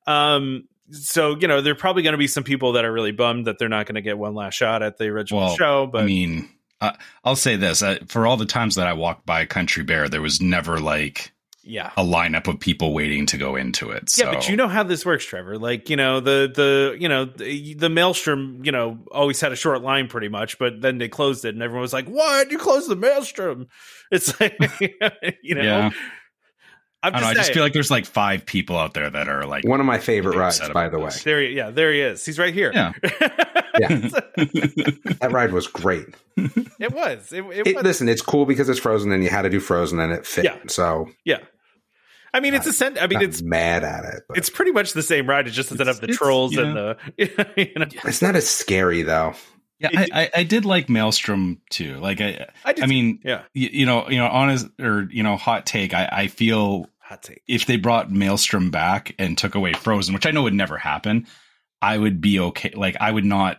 um so you know there are probably going to be some people that are really bummed that they're not going to get one last shot at the original
Well,
show but
I mean, I, I'll say this: I, for all the times that I walked by Country Bear, there was never like
yeah
a lineup of people waiting to go into it. So.
Yeah, but you know how this works, Trevor. Like you know the the you know the, the maelstrom you know always had a short line pretty much, but then they closed it, and everyone was like, "What? You closed the maelstrom?" It's like you know,
Yeah.
I'm
I,
just,
don't know, I just
saying.
feel like there's like five people out there that are like,
One of my favorite
Really
rides,
upset
by
about
the way.
this.
there. He, yeah, there he is. He's right here.
Yeah.
That ride was great.
it was. It, it,
It,
was.
listen, it's cool because it's frozen and you had to do frozen and it fit.
Yeah.
So
yeah. I mean, it's a sen- I mean,
not
it's
mad at it. But
it's
it's,
pretty much the same ride. It just doesn't
It's-
have the
it's,
trolls
you
and the you know.
not as scary though.
yeah,
it-
I, I, I did like Maelstrom too. Like, I,
I, did,
I mean,
yeah.
you, you know, you know, honest or you know, hot take. I, I feel
Hot take.
if they brought Maelstrom back and took away Frozen, which I know would never happen, I would be okay. Like I would not.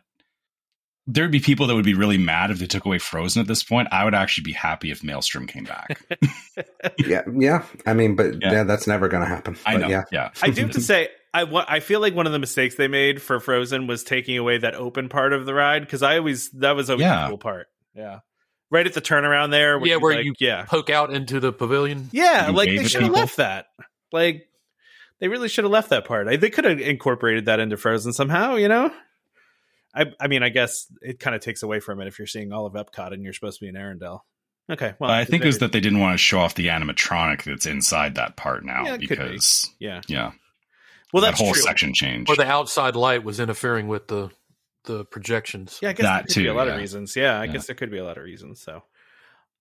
There'd be people that would be really mad if they took away Frozen at this point. I would actually be happy if Maelstrom came back.
Yeah, yeah. I mean, but
Yeah.
yeah, that's never going to happen.
I
But
know.
Yeah,
Yeah.
I do have to say, I wa- I feel like one of the mistakes they made for Frozen was taking away that open part of the ride because I always that was always the
Yeah.
cool part. Yeah, right at the turnaround there.
Yeah,
you,
where
like,
you-
yeah,
Poke out into the pavilion.
yeah.
You
Like
wave
they
at
should have
people.
left that. Like they really should have left that part. I, they could have incorporated that into Frozen somehow. You know. I, I mean, I guess it kind of takes away from it if you're seeing all of Epcot and you're supposed to be in Arendelle. Okay, well,
I think it was
there-
that they didn't want to show off the animatronic that's inside that part now
Yeah, it could be.
because
yeah.
yeah,
Well,
that
that's
whole
true.
section changed.
Or the outside light was interfering with the the projections.
Yeah, I guess
That
there could be a
too,
lot of
yeah.
reasons. Yeah, I
Yeah.
guess there could be a lot of reasons. So,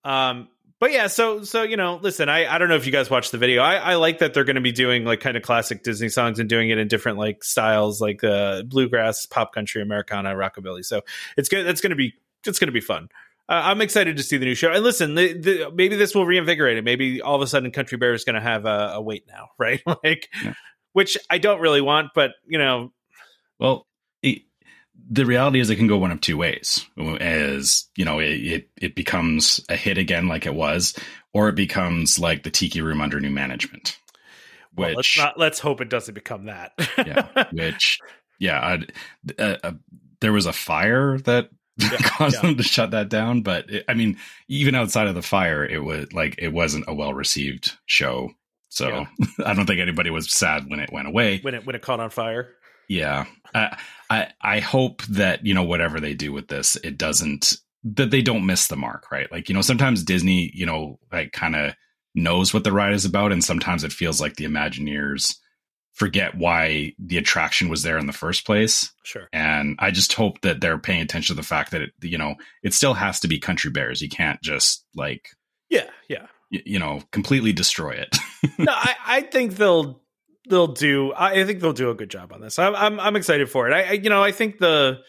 um, but yeah, so so you know, listen, I I don't know if you guys watched the video. I I like that they're going to be doing like kind of classic Disney songs and doing it in different like styles, like uh, bluegrass, pop country, Americana, rockabilly. So it's good. That's going to be it's going to be fun. Uh, I'm excited to see the new show. And listen, the, the, maybe this will reinvigorate it. Maybe all of a sudden, Country Bear is going to have a, a weight now, right? like,
Yeah.
which I don't really want, but you know,
Well, it, the reality is it can go one of two ways. As you know, it, it it becomes a hit again, like it was, or it becomes like the Tiki Room under new management.
well, let's
Which,
not let's hope it doesn't become that.
yeah, which, yeah, I'd, uh, uh, there was a fire that
Yeah,
caused
yeah.
them to shut that down. But it, I mean, even outside of the fire, it was like it wasn't a well received show. So
Yeah.
I don't think anybody was sad when it went away.
when it when it caught on fire.
Yeah. I, I I hope that, you know, whatever they do with this, it doesn't that they don't miss the mark, right? Like, you know, sometimes Disney, you know, like kind of knows what the ride is about and sometimes it feels like the Imagineers forget why the attraction was there in the first place.
Sure.
And I just hope that they're paying attention to the fact that it, you know, it still has to be country bears. You can't just like,
Yeah, yeah.
y- you know, completely destroy it.
No, I, I think they'll they'll do. I, I think they'll do a good job on this. I'm I'm, I'm excited for it. I, I you know I think the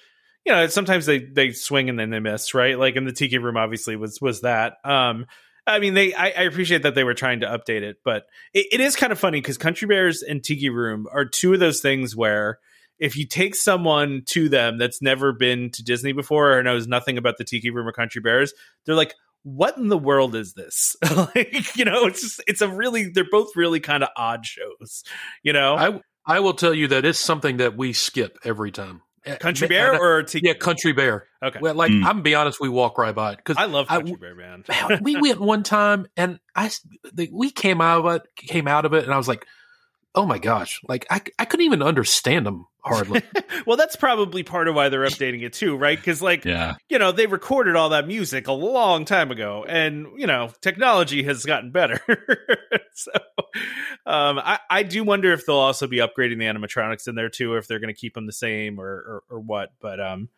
you know sometimes they they swing and then they miss right. Like in the Tiki Room, obviously was was that. Um, I mean they I, I appreciate that they were trying to update it, but it, it is kind of funny because Country Bears and Tiki Room are two of those things where. If you take someone to them that's never been to Disney before or knows nothing about the Tiki Room or Country Bears, they're like, what in the world is this? like, you know, it's just, it's a really, they're both really kind of odd shows, you know?
I I will tell you that it's something that we skip every time.
Country
Uh,
Bear
uh,
or Tiki?
yeah, Country Bear.
Okay.
Well, like
Mm.
I'm gonna be honest, we walk right by it because
I love
I-
Country Bear, man.
man, we went one time and I s- like, we came out of it came out of it and I was like, oh my gosh, like I I couldn't even understand them Hardly.
well, that's probably part of why they're updating it too, right? Because like
Yeah.
you know they recorded all that music a long time ago, and you know technology has gotten better. so um, I I do wonder if they'll also be upgrading the animatronics in there too, or if they're going to keep them the same or, or or what. But um,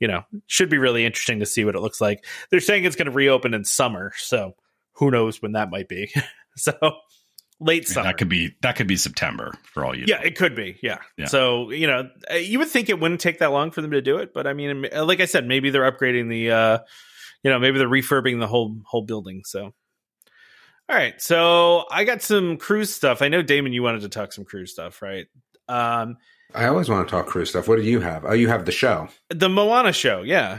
you know, should be really interesting to see what it looks like. They're saying it's going to reopen in summer, so who knows when that might be. so late summer
That could be that could be September for all you.
yeah
know.
it could be yeah.
Yeah.
so you know uh, you would think it wouldn't take that long for them to do it but i mean uh, like i said maybe they're upgrading the uh you know maybe they're refurbing the whole whole building so all right so i got some cruise stuff i know damon you wanted to talk some cruise stuff right um
I always want to talk cruise stuff. What do you have? Oh, you have the show.
the moana show yeah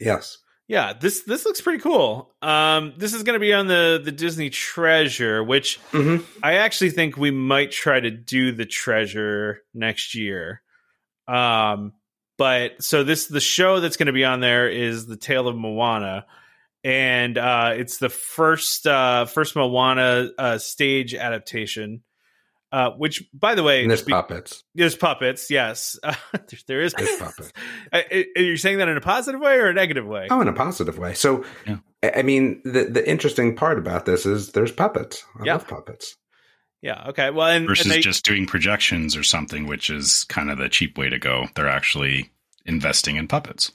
Yes.
yeah this this looks pretty cool um this is going to be on the the disney treasure which
Mm-hmm.
I actually think we might try to do the treasure next year. Um, but so this the show that's going to be on there is the Tale of Moana, and uh, it's the first uh, first Moana uh, stage adaptation. Uh, which, by the way,
And there's
be-
puppets.
there's puppets. Yes, uh, there, there is.
There's puppets.
Uh, it- Are you saying that in a positive way or a negative way?
Oh, in a positive way. So,
Yeah.
I I mean, the the interesting part about this is there's puppets. I
Yeah.
love puppets.
Yeah. Okay. Well, and, and
Versus
they-
just doing projections or something, which is kind of the cheap way to go. They're actually investing in puppets.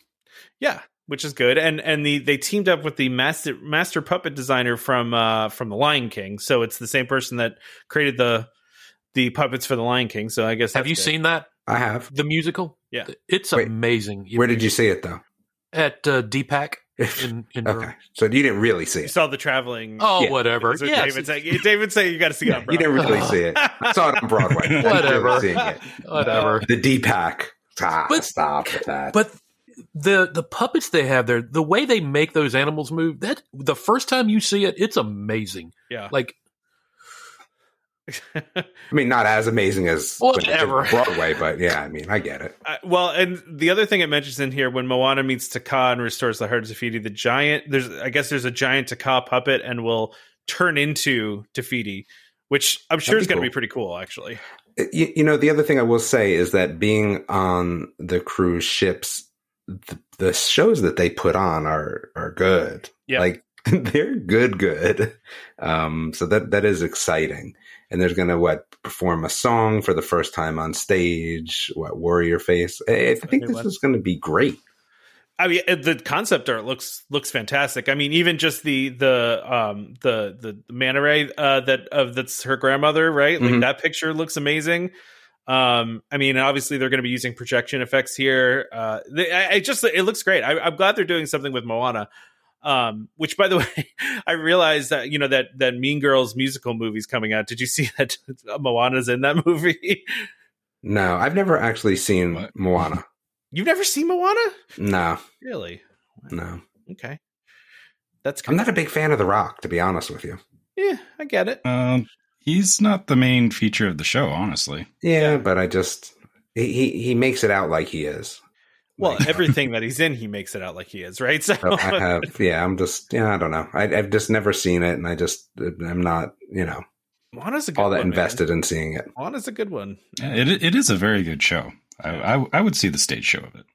Yeah, which is good. And and the they teamed up with the master master puppet designer from uh from the Lion King. So it's the same person that created the the puppets for the Lion King. So I guess
Have
that's
you
good.
seen that?
I have.
The musical?
Yeah.
It's
Wait,
amazing.
Where did you see it though?
At uh, DPAC in, in
Okay, so you didn't really see
You
it.
saw the traveling?
Oh,
Yeah.
whatever.
That's what
Yes,
David saying. David saying you got to see it on
you didn't really see it. I saw it on Broadway. That's really
Whatever.
seeing it.
whatever.
Uh,
The D pack. Ah,
But-
stop with that.
But the the puppets they have there, the way they make those animals move, that the first time you see it, it's amazing.
Yeah.
Like
I mean, not as amazing as when they did
Whatever.
Broadway, but yeah, I mean, I get it.
Uh, well, and the other thing it mentions in here when Moana meets Taka and restores the heart of Tafiti, the giant there's I guess there's a giant Taka puppet and will turn into Tafiti, which I'm sure
That'd
is
be
going to
cool.
be pretty cool actually.
you, you know the other thing i will say is that being on the cruise ships the, the shows that they put on are are good
Yeah.
like they're good good um so that that is exciting and there's gonna what perform a song for the first time on stage what warrior face i, I think
new
this
one.
is gonna be great
I mean, uh, the concept art looks looks fantastic. I mean, even just the the um the the manta ray uh, that of that's her grandmother, right? Like
Mhm.
that picture looks amazing. Um, I mean, obviously they're going to be using projection effects here. Uh, they, I, I just it looks great. I, I'm glad they're doing something with Moana. Um, which by the way, I realized that you know that that Mean Girls musical movie's coming out. Did you see that Moana's in that movie?
no i've never actually seen
What?
moana
You've never seen Moana?
no
Really?
no
Okay, that's
i'm not a big fan of the rock to be honest with you
Yeah, I get it.
Um, he's not the main feature of the show, honestly.
yeah but i just he he, he makes it out like he is
Well, everything that he's in, he makes it out like he is, right? So,
So I have, yeah, I'm just, yeah, I don't know. I, I've just never seen it, and I just, I'm not, you know,
Moana's a good
all that
one,
invested in seeing it.
Man. Moana's a good one.
Yeah, It it is a very good show. I, I I would see the stage show of it.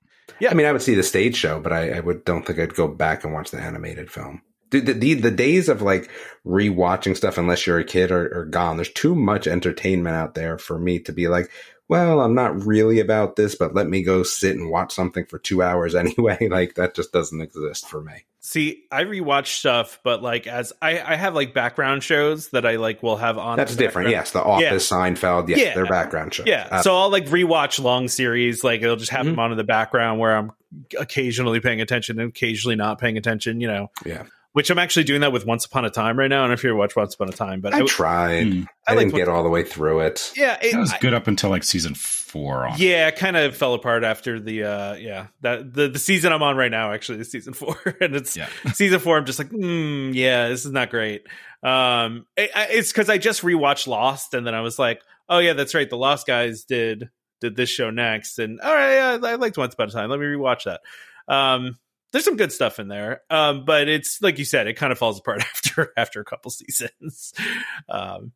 I mean, I would see the stage show, but I, I would don't think I'd go back and watch the animated film. Dude, the, the the days of like rewatching stuff, unless you're a kid, are, are gone. There's too much entertainment out there for me to be like, well, I'm not really about this, but let me go sit and watch something for two hours anyway. like that just doesn't exist for me.
See, I rewatch stuff, but like as I, I have like background shows that I like will have on.
That's
in the
different.
background.
Yes, The Office, Seinfeld, yes,
Yeah.
their background show.
Yeah. so I'll like rewatch long series. Like it'll just have
Mhm.
them on in the background where I'm occasionally paying attention and occasionally not paying attention, you know.
Yeah.
Which I'm actually doing that with Once Upon a Time right now. I don't know if you ever watched Once Upon a Time, but I,
I tried.
Mm.
I
I,
liked
didn't get all the way through it.
yeah, it,
That was good up until like season four. On
Yeah, it kind of fell apart after the uh yeah that the the season I'm on right now actually is season four and it's
Yeah.
season four I'm just like mm, yeah this is not great um it, I- it's because I just rewatched Lost and then I was like oh yeah that's right the Lost guys did did this show next and all right yeah, I, I liked Once Upon a Time let me rewatch that um there's some good stuff in there um but it's like you said it kind of falls apart after after a couple seasons um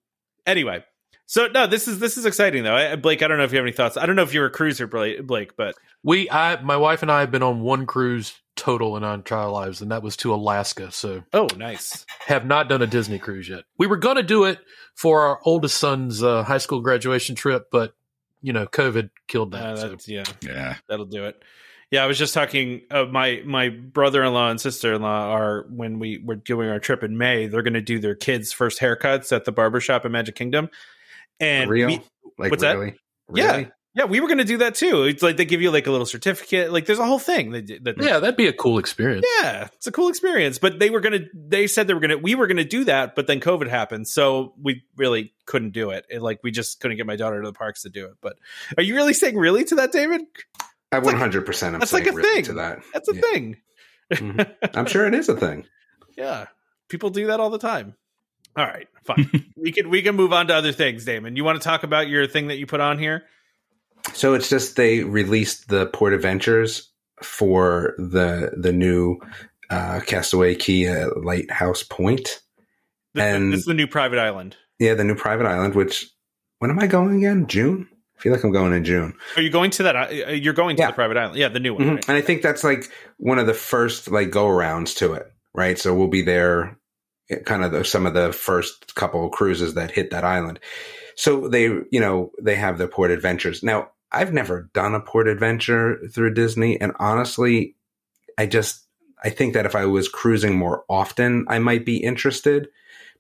anyway So no, this is this is exciting though. I, Blake, I don't know if you have any thoughts. I don't know if you're a cruiser, Bla- Blake, but
We, I, my wife and I have been on one cruise total in our entire lives, and that was to Alaska. So
oh, nice.
have not done a Disney cruise yet. We were going to do it for our oldest son's uh, high school graduation trip, but you know, COVID killed that.
Uh,
so.
that's, yeah,
Yeah.
that'll do it. Yeah, I was just talking. Uh, my my brother in law and sister in law are when we were doing our trip in May. They're going to do their kids' first haircuts at the barbershop in Magic Kingdom, and
real?
we-
like
what's that?
really?
Yeah.
Really?
yeah, we were going to do that too. It's like they give you like a little certificate. Like there's a whole thing that, that they
yeah, that'd be a cool experience.
Yeah, it's a cool experience. But they were gonna. They said they were gonna. We were gonna do that, but then COVID happened, so we really couldn't do it. it. Like we just couldn't get my daughter to the parks to do it. But are you really saying really to that, David?
I
like-
100. percent I'm
that's
saying
like a
really
thing.
to that.
That's a
Yeah.
thing.
I'm sure it is a thing.
Yeah, people do that all the time. All right, fine. we can we can move on to other things, Damon. You want to talk about your thing that you put on here?
So it's just they released the Port Adventures for the the new uh, Castaway Key at Lighthouse Point.
This,
And-
this is the new private island.
Yeah, the new private island. Which when am I going again? June. I feel like I'm going in June.
Are you going to that? i- uh, You're going to
Yeah.
the private island? Yeah, the new one.
Mhm.
right?
And I think that's like one of the first like go arounds to it, right? So we'll be there, eh, kind of the, some of the first couple of cruises that hit that island. So they, you know, they have the port adventures. Now, I've never done a port adventure through Disney, and honestly, I just I think that if I was cruising more often, I might be interested.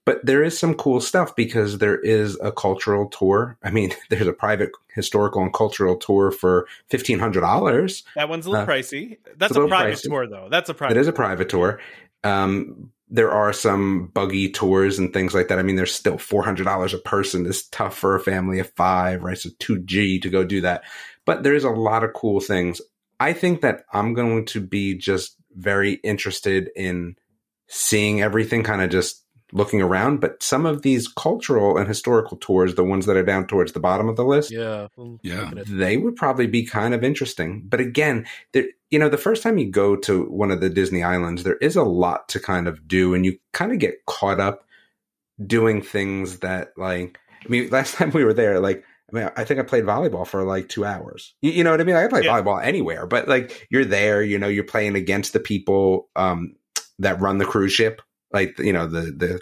But there is some cool stuff because there is a cultural tour. I mean, there's a private historical and cultural tour for fifteen hundred dollars.
That one's a little
Uh,
pricey. That's
a
a,
little
private
pricey.
tour, though. That's a private.
It is a private tour. Um, there are some buggy tours and things like that. I mean, there's still four hundred dollars a person. It's tough for a family of five, right? So two G to go do that. But there is a lot of cool things. I think that I'm going to be just very interested in seeing everything, kind of just looking around. But some of these cultural and historical tours, the ones that are down towards the bottom of the list,
Yeah. I'm
Yeah. Oh,
looking at-
they would probably be kind of interesting. But again, there, you know, the first time you go to one of the Disney islands, there is a lot to kind of do, and you kind of get caught up doing things that, like, I mean, last time we were there, like, I mean, I think I played volleyball for like two hours. You, you know what I mean? I play
Yeah.
volleyball anywhere, but like, you're there, you know, you're playing against the people um, that run the cruise ship, like, you know, the the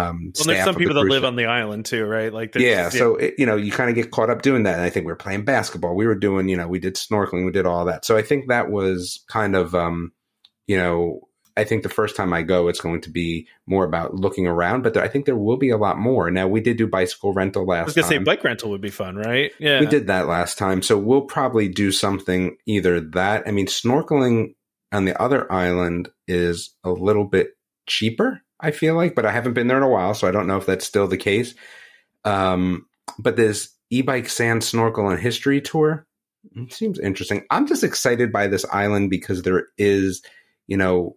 um,
Well, there's
staff
some
of the
people that
cruise
live
ship
on the island too, right? Like, there's-
yeah, so it, you know you kind of get caught up doing that and i think we were playing basketball we were doing you know we did snorkeling we did all that so i think that was kind of um you know i think the first time i go it's going to be more about looking around but there, i think there will be a lot more now we did do bicycle rental last
I was gonna say
time.
bike rental would be fun, right? Yeah,
um, we did that last time so we'll probably do something either that i mean snorkeling on the other island is a little bit cheaper i feel like but i haven't been there in a while so i don't know if that's still the case um, but this e-bike sand snorkel and history tour it seems interesting i'm just excited by this island because there is you know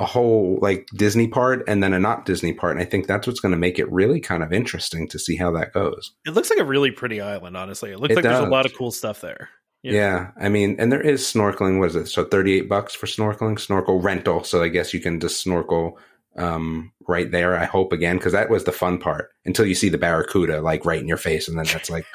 a whole like disney part and then a not disney part and i think that's what's going to make it really kind of interesting to see how that goes
it looks like a really pretty island. Honestly, it looks
It
like there's a
does.
lot of cool stuff there.
Yeah. I mean, and there is snorkeling. What is it? So thirty-eight bucks for snorkeling, snorkel rental. So I guess you can just snorkel um, right there. I hope again because that was the fun part until you see the barracuda like right in your face, and then that's like,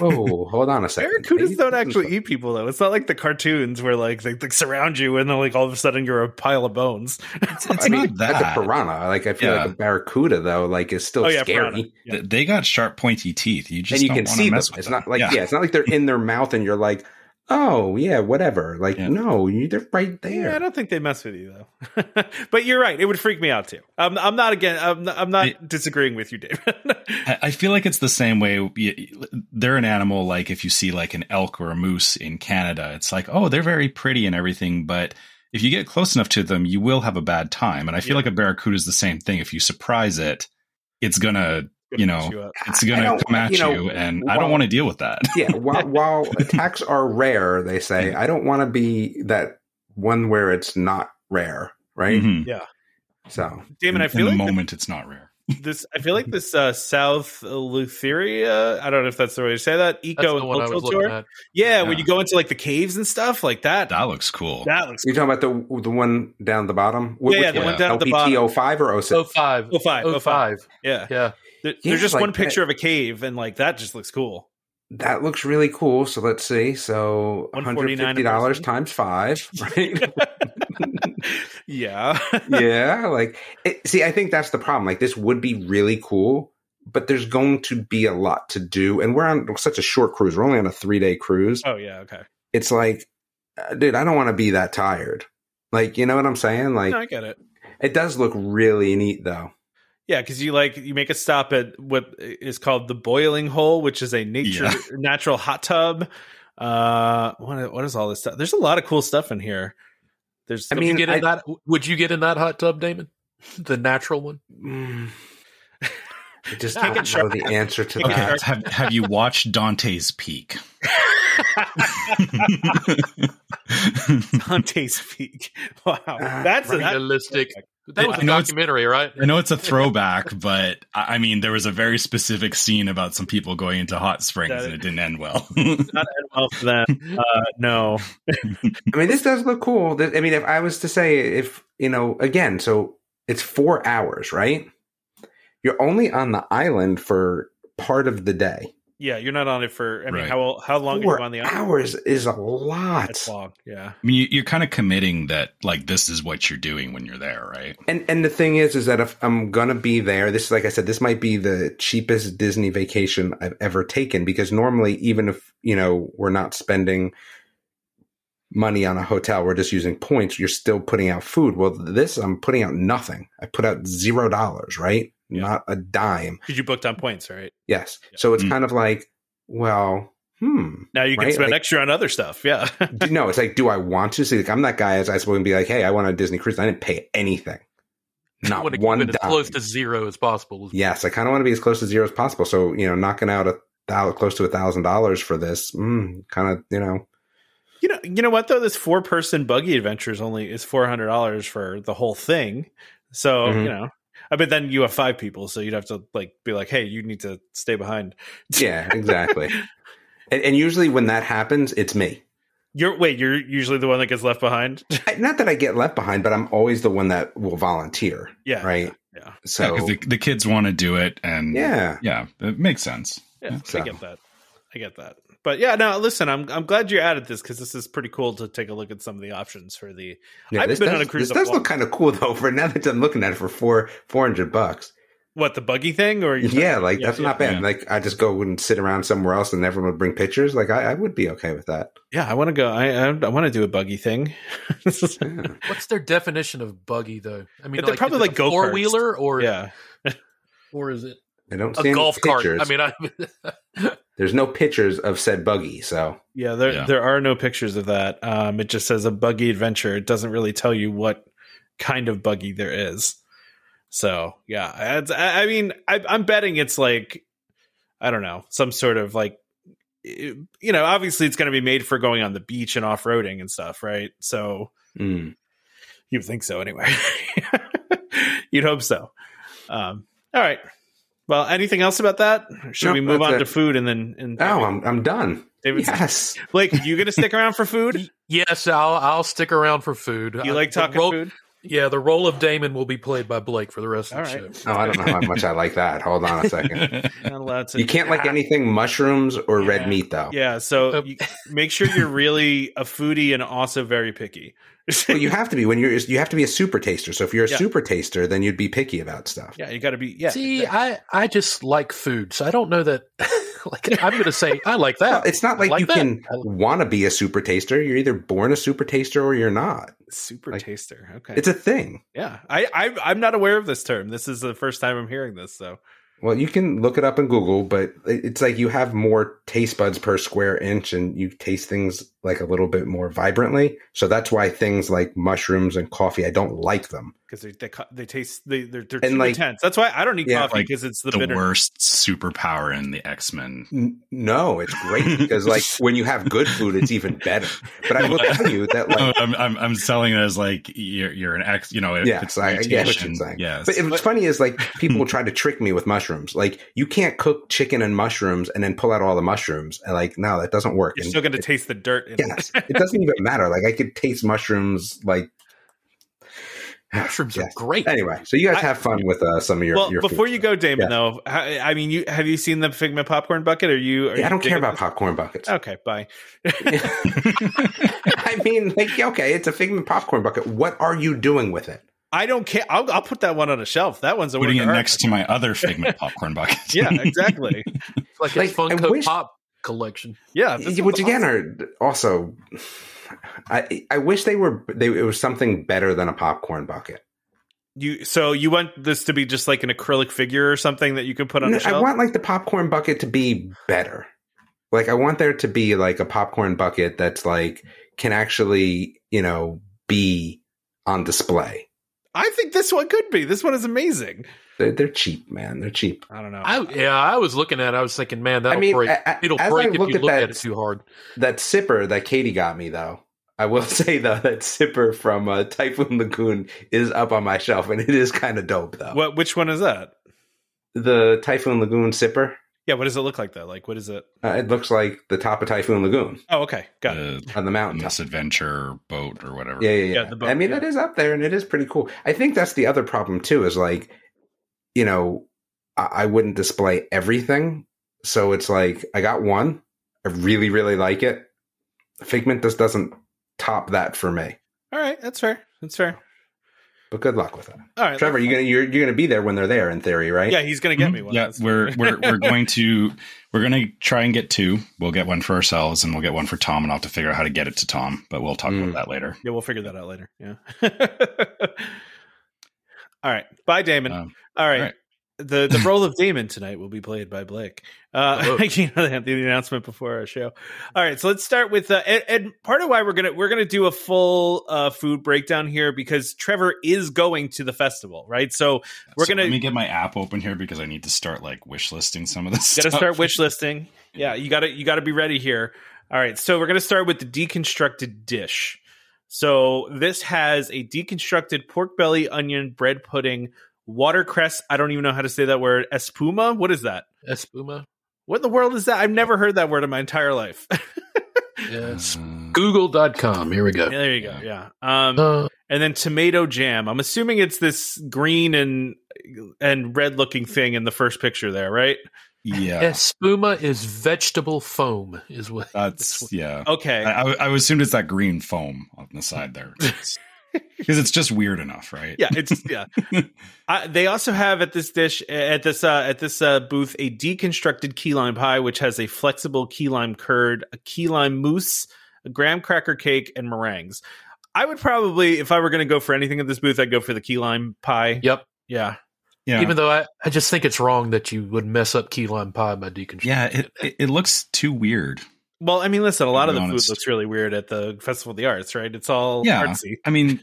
whoa, hold on a second.
Barracudas
Maybe
don't
this is
actually
fun.
eat people though. It's not like the cartoons where like they, they surround you and then like all of a sudden you're a pile of bones.
It's
I mean,
not
that's a
that.
piranha. Like I feel
Yeah.
like a barracuda though, like is still
oh yeah,
scary.
piranha. Yeah.
Th- They got sharp, pointy teeth. You just
and you
don't
can
want
see
to
them.
mess with
it's
them.
not like yeah. it's not like they're in their mouth and you're like, oh yeah, whatever. Like
Yeah.
no, you, they're right
Yeah, I
there.
don't think they mess with you though. but you're right; it would freak me out too. I'm, I'm not again. I'm not, I'm not
I-
disagreeing with you, David.
I I feel like it's the same way. y- They're an animal. Like if you see like an elk or a moose in Canada, it's like, oh, they're very pretty and everything. But if you get close enough to them, you will have a bad time. And I feel
Yeah.
like a barracuda is the same thing. If you surprise it, it's gonna, you know,
You up.
it's
I
gonna
don't-
come at
you
you,
know,
and I
while-
don't want to deal with that.
yeah while, while attacks are rare they say i don't want to be that one where it's not rare right
Mhm.
so
Damon, I
In-
feel
in
like the
the moment it's not rare.
this I feel like this uh, South Lutheria. I don't know if that's the way to say that.
That's
Eco
the
and
one I
cultural
was looking
tour.
at.
Yeah, when
Yeah.
you go into like the caves and stuff like that.
That looks cool.
That looks
you're talking about the the one down the bottom Wh-
yeah, yeah,
which
the
one?
one down at the
LPT
bottom.
05 or 06
Oh five.
05,
Oh
05.
five.
Yeah,
Yeah.
There,
Yeah,
there's just
like
one
that-
picture of a cave, and like that just looks cool.
That looks really cool. So let's see. So
$149
$150 times five, right?
yeah.
yeah, like it, see, I think that's the problem. Like this would be really cool, but there's going to be a lot to do, and we're on such a short cruise. We're only on a three day cruise.
oh yeah. Okay.
It's like, uh, dude, I don't want to be that tired. Like, you know what I'm saying? Like,
No, I get it.
it does look really neat, though.
Yeah, because you like you make a stop at what is called the boiling hole, which is a nature
Yeah.
natural hot tub. Uh, what what is all this stuff? There's a lot of cool stuff in here. There's
I
Would
mean,
you get in
I-
that? Would you get in that hot tub, Damon? The natural one.
Mm. I just
Take a
don't know
shot.
the answer to
Take a
that.
shot.
Uh, have Have you watched Dante's Peak?
Dante's Peak. Wow,
Uh,
that's a, that,
Realistic. That was
I
a
know it's-
documentary, right?
I know it's a throwback, but I I mean, there was a very specific scene about some people going into hot springs,
That-
and it didn't end well.
not end well for them. Uh, no,
I mean, this does look cool. Th- I mean, if I was to say, if you know, again, so it's four hours, right? You're only on the island for part of the day.
yeah, you're not on it for. I mean,
Right.
how how long
four
are you on the
hours is a lot,
That's long. Yeah,
I mean, you, you're kind of committing that, like, this is what you're doing when you're there, right?
and and the thing is, is that if I'm gonna be there, this is like I said, this might be the cheapest Disney vacation I've ever taken because normally, even if you know we're not spending money on a hotel, we're just using points. You're still putting out food. Well, this I'm putting out nothing. I put out zero dollars, right?
Yeah.
Not a dime.
because you booked on points, right?
Yes. So it's
Mm.
kind of like, well, hmm.
Now you can
Right,
spend
like-
extra on other stuff. Yeah,
Do- no, it's like, do I want to? See, like, I'm that guy as I suppose and be like, hey, I want a Disney cruise. And I didn't pay anything.
you
Not
want to
one
keep it as
dime.
close to zero as possible.
yes, I kind of want to be as close to zero as possible. So you know, knocking out a thousand, close to a thousand dollars for this, mm, kind of you know,
you know, you know what though, this four person buggy adventure is only is four hundred dollars for the whole thing. So
Mhm.
you know, I bet then you have five people, so you'd have to like be like, hey, you need to stay behind.
yeah, exactly. and, and usually when that happens, it's me.
You're wait, you're usually the one that gets left behind.
I- Not that I get left behind, but I'm always the one that will volunteer,
yeah,
right?
yeah.
Yeah,
So
'cause the, the kids want to do it, and
yeah,
yeah, it makes sense.
Yeah, I
So.
get that. I get that. But yeah, no, listen, I'm I'm glad you added this because this is pretty cool to take a look at some of the options for the.
yeah.
I've
This
been
does,
on a cruise
this
a
does
lot.
look kind of cool though. For now that I'm looking at it for four four hundred bucks.
What the buggy thing or you're-
yeah, like
yeah,
that's
yeah,
not bad.
yeah.
Like I just go and sit around somewhere else, and everyone would bring pictures. Like I, I would be okay with that.
yeah, I want to go. I I, I want to do a buggy thing.
What's their definition of buggy though? I mean,
But they're probably
is it
like
a
go-karts.
four wheeler, or
yeah,
or is it
I don't see
a
any
golf cart?
pictures.
I mean, I,
there's no pictures of said buggy, so
yeah. There
Yeah.
there are no pictures of that. Um, it just says a buggy adventure. It doesn't really tell you what kind of buggy there is. So yeah, that's, I, I mean, I, I'm betting it's like I don't know some sort of like it- you know obviously it's going to be made for going on the beach and off roading and stuff, right? So
mm.
you would think so anyway. You'd hope so. Um, all right. Well, anything else about that? Or should
No,
we move
that's
on
it.
to food and then and
oh, I'm I'm done.
David's-
Yes,
Blake, you gonna stick around for food?
yes, I'll I'll stick around for food.
You
I-
like
the
talking
role-
food?
Yeah, the role of Damon will be played by Blake for the rest
All
of the
right.
show.
oh, I don't know how much I like that. Hold on a second.
Not allowed to.
You can't like anything mushrooms or
Yeah.
red meat though.
Yeah, so
Uh,
you, make sure you're really a foodie and also very picky.
Well, you have to be when you're you have to be a super taster. So if you're a
Yeah.
super taster, then you'd be picky about stuff.
yeah, you got to be. Yeah,
See, I I just like food, so I don't know that. like, I'm going to say I like
No,
that.
it's not like,
like
you
that.
can
I like-
want to be a super taster. You're either born a super taster or you're not.
super
Like-
taster. Okay,
It's a thing.
yeah. I, I I'm not aware of this term. This is the first time I'm hearing this. So
Well, you can look it up in Google, but it- it's like you have more taste buds per square inch and you taste things like a little bit more vibrantly. So that's why things like mushrooms and coffee, I don't like them.
because they, they cu- they taste they they're, they're
And,
too
like-
intense. That's why I don't eat
Yeah,
coffee
like,
because it's the,
the
bitter.
worst superpower in the X Men.
N- No, it's great because like when you have good food, it's even better. But I will tell you that like,
No, I'm, I'm I'm selling it as like you're you're an ex, you know. it-
yes,
it's
I, I get what
mutation.
you're saying.
Yes,
But what's funny is like people try to trick me with mushrooms. Like you can't cook chicken and mushrooms and then pull out all the mushrooms. And like, no, that doesn't work.
You're
And
still going to taste the dirt. In it.
yes, it doesn't even matter. Like I could taste mushrooms like
Mushrooms
Yes.
are great.
Anyway, so you guys
I-
have fun with uh, some of your.
well,
your
before
food.
you go, Damon,
Yeah.
though, I, I mean, you have you seen the Figma popcorn bucket? Are you? Oh. Are
Yeah, I
you
don't care
digging
about
this?
popcorn buckets.
Okay, bye.
I mean, like, yeah, okay, it's a figment popcorn bucket. What are you doing with it?
I don't care. I'll, I'll put that one on a shelf. That one's a
Putting
work
it
of art.
next to my other Figment popcorn bucket.
Yeah, exactly.
It's like,
Like,
a
I
Funko
wish-
Pop collection.
Yeah, Uh, this
Which
one's
again are also. I I wish they were they it was something better than a popcorn bucket.
You so you want this to be just like an acrylic figure or something that you can put on
No,
the
I
shelf?
want like the popcorn bucket to be better. Like I want there to be like a popcorn bucket that's like can actually you know be on display.
I think this one could be. This one is amazing.
They're, they're cheap, man. They're cheap.
I don't know.
I, yeah, I was looking at. it. I was thinking, man, that'll
Oh, I mean,
break.
I- I-
It'll
as
break
I
if you
look
look
at
at,
that
it too hard.
that sipper that Katie got me though. I will say though that sipper from uh, Typhoon Lagoon is up on my shelf and it is kind of dope though.
what? Which one is that?
The Typhoon Lagoon sipper,
Yeah. What does it look like though? Like what is it?
uh, it looks like the top of Typhoon Lagoon
Oh, okay, got it.
The
on the mountain top.
misadventure boat or whatever.
Yeah, yeah, yeah.
Yeah, the boat,
I mean,
yeah.
that is up there and it is pretty cool. I think that's the other problem too is like, you know, I, I wouldn't display everything. So it's like, I got one. I really, really like it. Figment just doesn't top that for me,
All right, that's fair. That's fair.
but good luck with it.
All right,
Trevor, you're gonna you're, you're gonna be there when they're there in theory, right?
Yeah, he's gonna get me
Mhm.
one.
Yeah,
That's-
we're we're we're going to we're going to try and get two. We'll get one for ourselves, and we'll get one for Tom, and I'll have to figure out how to get it to Tom. But we'll talk
Mm.
about that later.
yeah, we'll figure that out later. Yeah. All right. Bye, Damon.
Um,
all, right.
all right.
The the role of Damon tonight will be played by Blake. Uh,
Oh.
you know, they had the announcement before our show. All right, so let's start with uh, and, and part of why we're gonna we're gonna do a full uh, food breakdown here because Trevor is going to the festival, right? So we're
so
gonna
let me get my app open here because I need to start like wish listing some of this.
You gotta
stuff.
start wish listing yeah you gotta you gotta be ready here all right so we're gonna start with the deconstructed dish so this has a deconstructed pork belly onion bread pudding watercress i don't even know how to say that word espuma what is that
Espuma.
what in the world is that i've never heard that word in my entire life
Yes.
Mm.
Uh,
Google.com. Here we go.
there you go yeah um
Uh,
and then tomato jam i'm assuming it's this green and and red looking thing in the first picture there right
yeah,
Espuma is vegetable foam, is what.
Uh,
that's yeah.
okay
I, I, I assumed it's that green foam on the side there because it's just weird enough, right?
yeah it's yeah I, they also have at this dish at this uh, at this uh, booth a deconstructed key lime pie which has a flexible key lime curd a key lime mousse a graham cracker cake and meringues i would probably if i were going to go for anything at this booth i'd go for the key lime pie
Yep.
yeah
yeah.
Even though I, I just think it's wrong that you would mess up key lime pie by deconstructing.
yeah, it, it it looks too weird.
well i mean listen a lot
To
of
be
the
honest.
food looks really weird at the festival of the arts right it's all
Yeah.
artsy
I mean,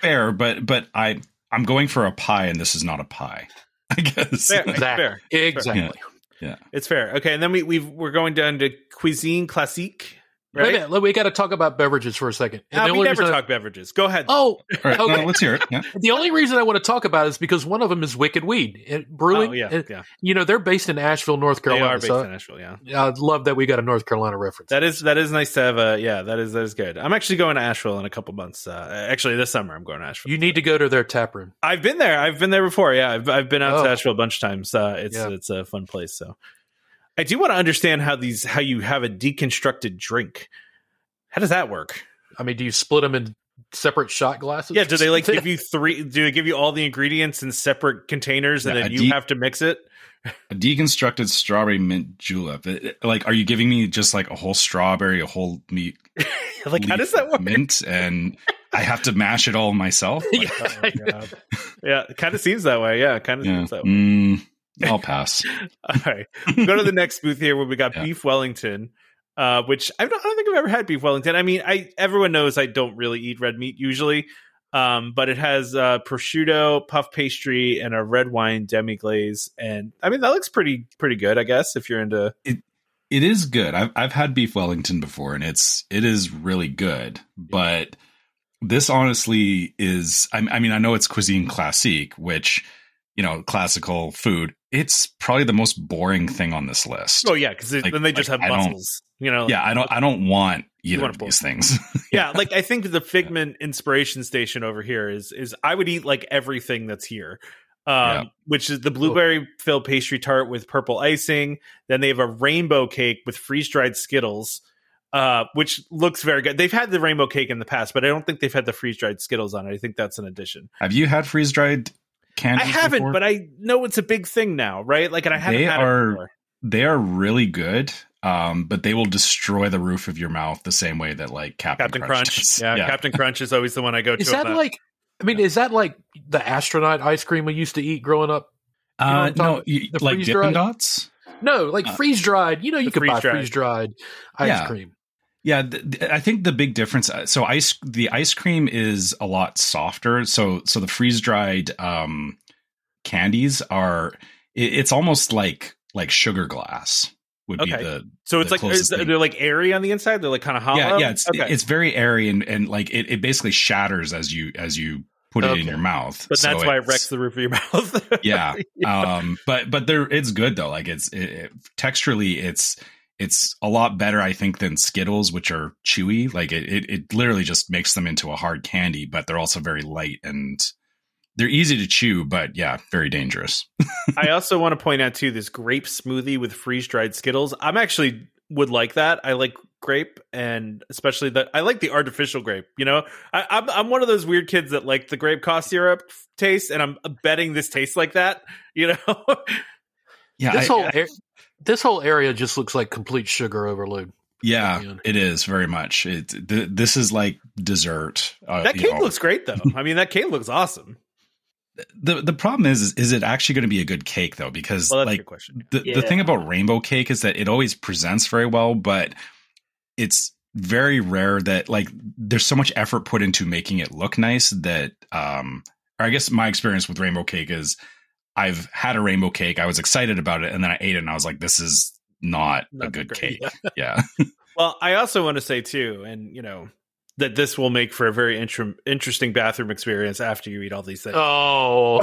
fair, but but I I'm going for a pie, and this is not a pie. I guess.
Fair.
Exactly.
Fair.
Exactly.
it's fair okay and then we we've, we're going down to cuisine classique
Wait a
right
minute. look, we got to talk about beverages for a second. And
Ah,
the
we
only
never
reason I-
talk beverages go ahead
Oh,
All right,
Okay.
no, let's hear it. Yeah.
the only reason I want to talk about it is because one of them is Wicked Weed It- Brewing.
oh yeah
It-
yeah
you know, they're based in Asheville, North
they
Carolina.
are based
so
in nashville yeah
I love that we got a North Carolina reference.
That is that is nice to have a yeah. That is that is good. I'm actually going to Asheville in a couple months. Uh, actually, this summer I'm going to Asheville.
you need to go to their tap room.
I've been there. I've been there before. Yeah, I've I've been out to
Oh.
Asheville a bunch of times. Uh, it's
Yeah.
it's a fun place. So I do want to understand how these how you have a deconstructed drink. How does that work?
I mean, do you split them in separate shot glasses?
Yeah, do they like give you three? Do they give you all the ingredients in separate containers and
Yeah,
then
a
you
de-
have to mix it?
A deconstructed strawberry mint julep. It- it- like, are you giving me just like a whole strawberry, a whole meat?
like, how
leaf
does that
of
work?
Mint, and I have to mash it all myself. Like,
Oh,
yeah, yeah, kind of seems that way. Yeah, kind of
yeah.
seems that way.
Mm, I'll pass.
All right. We'll go to the next booth here where we got
Yeah.
beef Wellington, uh, which I don't, I don't think I've ever had beef Wellington. I mean, I everyone knows I don't really eat red meat usually, um, but it has uh, prosciutto, puff pastry, and a red wine demi glaze, and I mean that looks pretty pretty good, I guess, if you're into.
it is good. I've I've had beef Wellington before, and it's it is really good. But this honestly is. I, I mean, I know it's cuisine classique, which you know, classical food. It's probably the most boring thing on this list.
Oh yeah, because
Like-
then they just
like,
have
I don't-
mussels, you know. like-
yeah, I don't I don't want either
wanna
of
pull-
these things.
yeah, like I think the Figment inspiration station over here is is I would eat like everything that's here. Um,
Yeah.
which is the blueberry filled pastry tart with purple icing. Then they have a rainbow cake with freeze dried Skittles, uh, which looks very good. They've had the rainbow cake in the past, but I don't think they've had the freeze dried Skittles on it. I think that's an addition.
Have you had freeze dried candy?
I haven't, but I know it's a big thing now, right? Like, and I haven't
They
had
are-
it before.
they are really good. Um, but they will destroy the roof of your mouth the same way that like Captain,
Captain Crunch.
does.
Yeah, Captain Crunch is always the one I go to.
Is
on
that like? I mean, is that like the astronaut ice cream we used to eat growing up? know what
Uh,
I'm talking-
no, you,
the
like
freeze
Dippin'
dried-
Dots.
No, like
Uh,
freeze dried. You know, you
the
could buy
freeze-dried.
freeze dried ice
Yeah.
cream.
Yeah, th- th- I think the big difference. uh, So ice, the ice cream is a lot softer. So so the freeze dried um, candies are. It, it's almost like like sugar glass would
Okay.
be the
so it's
the
like
closest thing.
they're like airy on the inside. They're like kind of hollow.
yeah yeah it's
okay.
it's very airy and and like it, it basically shatters as you as you put it
Okay.
in your mouth.
but
So
that's why it
it's-
wrecks the roof of your mouth.
Yeah. um but but there it's good though like it's it, it, texturally it's it's a lot better i think than skittles which are chewy like it, it it literally just makes them into a hard candy but they're also very light and they're easy to chew but yeah very dangerous
I also want to point out too this grape smoothie with freeze dried Skittles. I'm actually would like that. I like grape and especially the I like the artificial grape. You know, I, I'm I'm one of those weird kids that like the grape cough syrup taste, and I'm betting this tastes like that. You know,
yeah
This
I-
whole
I-
ar- this whole area just looks like complete sugar overload.
yeah it is very much it th- this is like dessert uh,
that
you
cake
know.
looks great though. I mean, that cake looks awesome.
the the problem is is it actually going to be a good cake though because
Well, that's a
like
good question.
the, the thing about rainbow cake is that it always presents very well, but it's very rare that like there's so much effort put into making it look nice that um or I guess my experience with rainbow cake is I've had a rainbow cake, I was excited about it, and then I ate it and I was like, this is not a
Not
good
great.
cake. Yeah.
Well, I also want to say too, and you know that this will make for a very intram- interesting bathroom experience after you eat all these things.
Oh,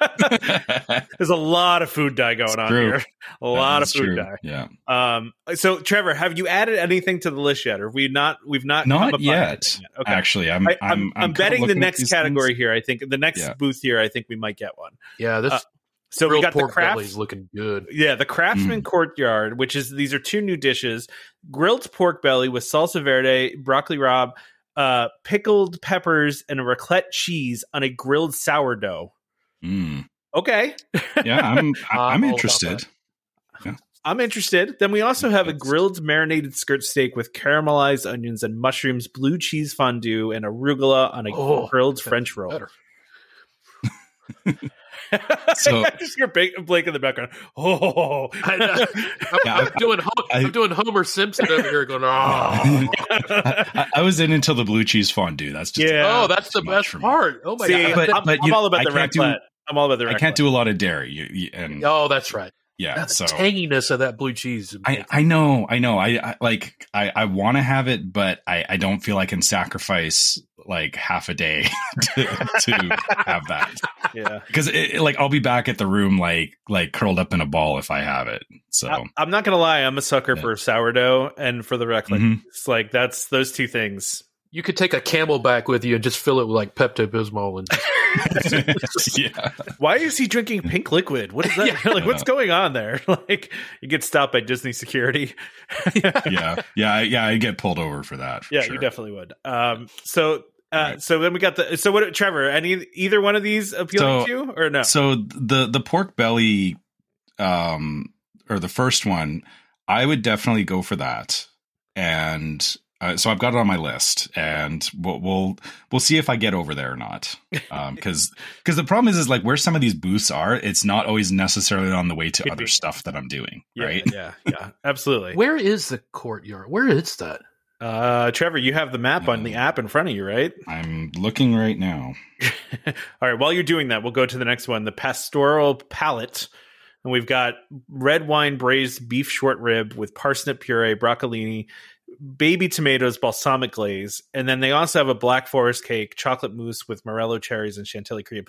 There's a lot of food dye going
It's
on
true.
here. A lot of
That's
food
true.
dye.
Yeah.
Um, so Trevor, have you added anything to the list yet? Or have we not we've not
Not
come upon
yet,
anything yet? Okay.
Actually, I'm
I,
I,
I'm, I'm,
am
betting the next category here. I think the next
Yeah.
booth here. I think we might get one.
yeah, this
Uh, So we
grilled
got the
pork belly
craft,
is looking good.
yeah, the craftsman
Mm.
courtyard, which is these are two new dishes: grilled pork belly with salsa verde, broccoli rob, uh, pickled peppers, and a raclette cheese on a grilled sourdough.
Mm.
Okay,
Yeah, I'm
I'm all
I'm
about
interested.
that.
I'm interested. Then we also have a
Thanks.
grilled marinated skirt steak with caramelized onions and mushrooms, blue cheese fondue, and arugula on a
Oh,
grilled
that's
French roll.
better.
So-
I just hear Ba- Blake in the background. Oh,
I know. I'm,
Yeah,
I'm
I-
doing Ho-
I-
I'm doing Homer Simpson over here going, oh,
I, I was in until the blue cheese fondue. That's just
Yeah.
oh that's the
Too much
best
for me.
part. Oh my
see,
god,
but-
I'm,
but
I'm
you-
all about
I
the
can't
raclette.
do-
I'm all about the.
I
raclette.
can't do a lot of dairy. You, you, and
oh, that's right.
yeah,
That
so
tanginess of that blue cheese.
I, I know, I know. I, I like I, I want to have it, but I, I don't feel I can sacrifice like half a day to, to have that
Yeah,
because it, it- like I'll be back at the room like like curled up in a ball if I have it. So
I, am not gonna lie. I'm a sucker
Yeah.
for sourdough and for the raclette.
Mhm.
It's like that's those two things.
you could take a camel back with you and just fill it with like Pepto Bismol and
Mm-hmm. yeah,
Why is he drinking pink liquid? What is that? like, what's going on there? Like, you get stopped by Disney security.
yeah, yeah, I- yeah. I get pulled over for that. For
yeah,
sure.
you definitely would. Um, so, uh,
Right.
so then we got the so what, Trevor? Any either one of these appealing
So-
to you or no?
So the the pork belly, um, or the first one, I would definitely go for that, and uh, so I've got it on my list, and we'll we'll, we'll see if I get over there or not, because because the problem is is like where some of these booths are, it's not always necessarily on the way to
Could
other
be.
stuff that I'm doing,
yeah,
right?
Yeah, yeah, absolutely.
where is the courtyard? Where is that?
Uh, Trevor, you have the map on the
Mhm.
app in front of you, right?
I'm looking right now.
All right. While you're doing that, we'll go to the next one, the pastoral palate. And we've got red wine braised beef short rib with parsnip puree, broccolini, baby tomatoes, balsamic glaze, and then they also have a black forest cake, chocolate mousse with morello cherries and chantilly cream.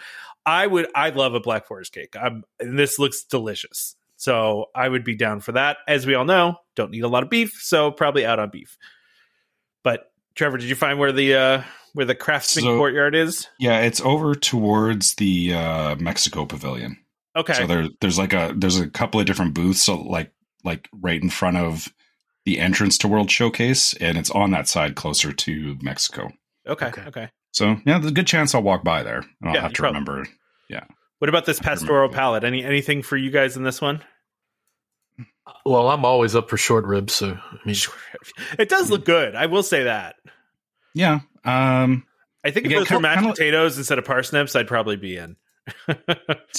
I would, I love a black forest cake. I'm, and this looks delicious, so I would be down for that. As we all know, don't need a lot of beef, so probably out on beef. But Trevor, did you find where the uh, where the craftsman
So-
courtyard is?
Yeah, it's over towards the uh, Mexico Pavilion.
Okay,
So there, there's like a there's a couple of different booths, so like like right in front of the entrance to World Showcase, and it's on that side closer to Mexico.
okay, okay,
okay.
So yeah, there's a good chance I'll walk by there, and I'll
Yeah,
have
you
to
probably-
remember.
What about this
I remember
pastoral
that.
palette? Any anything for you guys in this one?
Well, I'm always up for short ribs, so I mean,
It does look good. I will say that.
Yeah, um,
I think
Again,
if it were
kinda-
mashed
kinda-
potatoes instead of parsnips, I'd probably be in.
so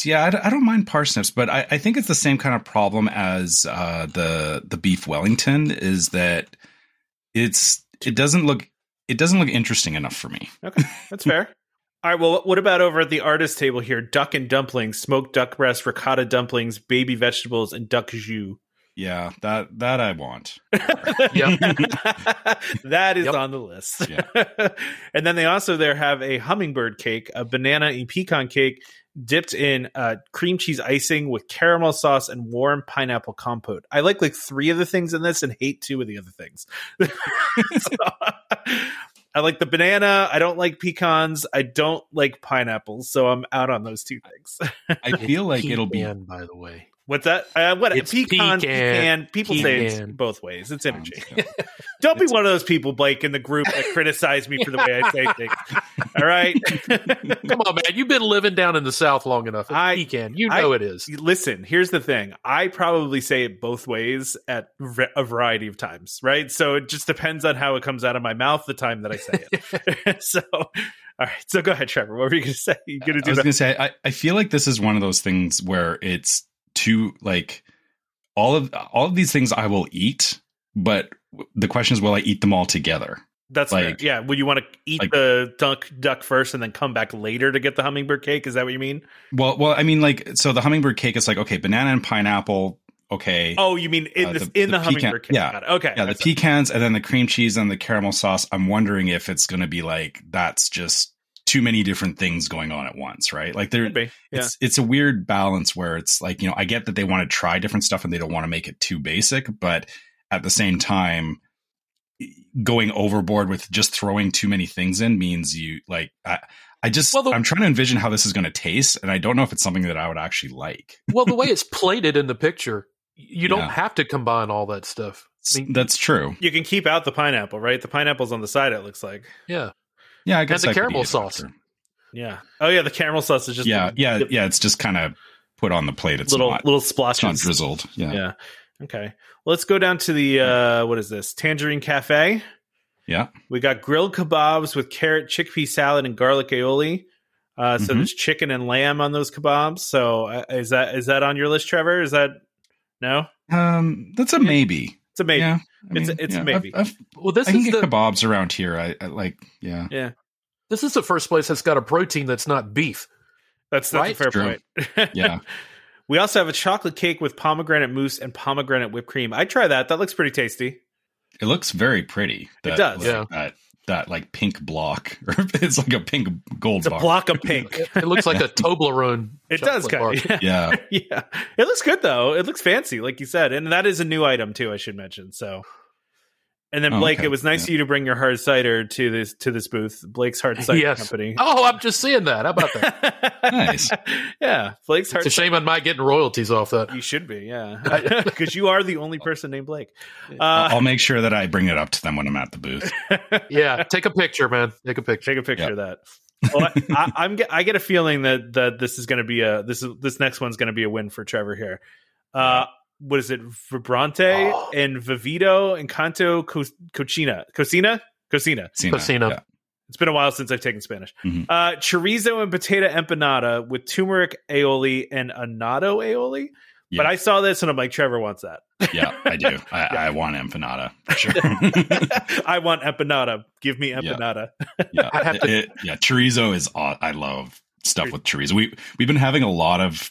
yeah, I, d- I don't mind parsnips, but I, I think it's the same kind of problem as uh, the the beef Wellington is that it's it doesn't look it doesn't look interesting enough for me.
That's fair. All right. Well, what about over at the artist table here? Duck and dumplings, smoked duck breast, ricotta dumplings, baby vegetables, and duck jus.
Yeah, that that I want.
Yep.
that is
Yep.
on the list. and then they also there have a hummingbird cake, a banana and pecan cake dipped in uh, cream cheese icing with caramel sauce and warm pineapple compote. I like like three of the things in this and hate two of the other things. So, I like the banana. I don't like pecans. I don't like pineapples. So I'm out on those two things.
I feel like it'll be
pecan, by the way.
What's that? Uh, what
It's
pecan, pecan.
pecan.
People say it's
Pecan.
both ways. It's interchangeable.
Um, yeah.
Don't be one of those people, Blake, in the group that criticize me for the way I say things. All right.
Come on, man. You've been living down in the South long enough. It's
I-
pecan. You
I-
know it is.
Listen, here's the thing. I probably say it both ways at v- a variety of times, right? So it just depends on how it comes out of my mouth the time that I say it. so, all right. So go ahead, Trevor. What were you going to say? You going to
I
do
was
that?
gonna say I, I feel like this is one of those things where it's too like all of all of these things I will eat, but the question is will I eat them all together?
That's
like-
fair. Yeah. Well, you want to eat
like-
the duck duck first and then come back later to get the hummingbird cake? Is that what you mean?
Well well I mean like so the hummingbird cake is like okay, banana and pineapple, okay.
Oh, you mean in
Uh,
this
the-
in the,
the pecan-
hummingbird cake?
yeah.
Got it. Okay.
yeah, the
That's-
pecans and then the cream cheese and the caramel sauce. I'm wondering if it's gonna be like that's just too many different things going on at once, right? Like there
could be. Yeah.
it's it's a weird balance where it's like you know I get that they want to try different stuff and they don't want to make it too basic, but at the same time, e, going overboard with just throwing too many things in means you like I I just
Well, the-
I'm trying to envision how this is going to taste, and I don't know if it's something that I would actually like.
well, the way it's plated in the picture, you don't
Yeah.
have to combine all that stuff. I mean,
That's true.
You can keep out the pineapple, right? The pineapple's on the side. It looks like.
yeah.
Yeah, I guess
the
I could
caramel
eat it
sauce.
after.
Yeah. Oh yeah, the caramel sauce is just
Yeah, yeah,
the
yeah. It's just kind of put on the plate. It's
little
not,
little
it's not
splotches.
drizzled. Yeah, yeah.
Yeah. Okay. Well, let's go down to the uh, what is this? Tangerine Cafe. We got grilled kebabs with carrot chickpea salad and garlic aioli. Uh, so
Mhm.
there's chicken and lamb on those kebabs. So uh, is that is that on your list, Trevor? Is that no?
Um, that's a maybe.
It's a maybe.
Yeah, I
It's a- it's a
I've-
maybe.
I've-
Well, this
I can
is
get
the
kebabs around here. I, I like, yeah.
this is the first place that's got a protein that's not beef.
That's that's
Right?
a fair
True.
point.
Yeah.
We also have a chocolate cake with pomegranate mousse and pomegranate whipped cream. I try that. That looks pretty tasty.
It looks very pretty.
It does.
like,
Yeah.
That, that like pink block, or it's like a pink gold
It's a
bar.
block of pink.
It, it looks like a Toblerone.
It does
chocolate
kind
bar.
of. Yeah.
Yeah,
yeah. It looks good though. It looks fancy, like you said. And that is a new item too, I should mention. So and then
Oh,
Blake,
okay.
it was nice
Yeah.
of you to bring your hard cider to this to this booth, Blake's Hard Cider
Yes.
Company.
Oh, I'm just seeing that. How about that?
Nice.
yeah, Blake's
It's
Hard
a shame I'm not getting royalties off that.
You should be, yeah, because you are the only person named Blake.
I'll-
Uh,
I'll make sure that I bring it up to them when I'm at the booth.
Yeah, take a picture, man. Take a picture.
Take a picture of that. Well, I, I, I'm get, I get a feeling that that this is going to be a this is this next one's going to be a win for Trevor here. Uh, what is it? Vibrante
Oh.
and Vivito and Canto Co- Cocina Cocina Cocina.
Cocina.
Cocina.
Yeah.
It's been a while since I've taken Spanish.
Mhm.
Uh, chorizo and potato empanada with turmeric aioli and annatto aioli. But
Yeah.
I saw this and I'm like, Trevor wants that.
Yeah, I do. I, I want empanada. For sure.
I want empanada. Give me empanada.
yeah.
I have to-
It- yeah, chorizo is. aw- I love stuff with chorizo. We we've been having a lot of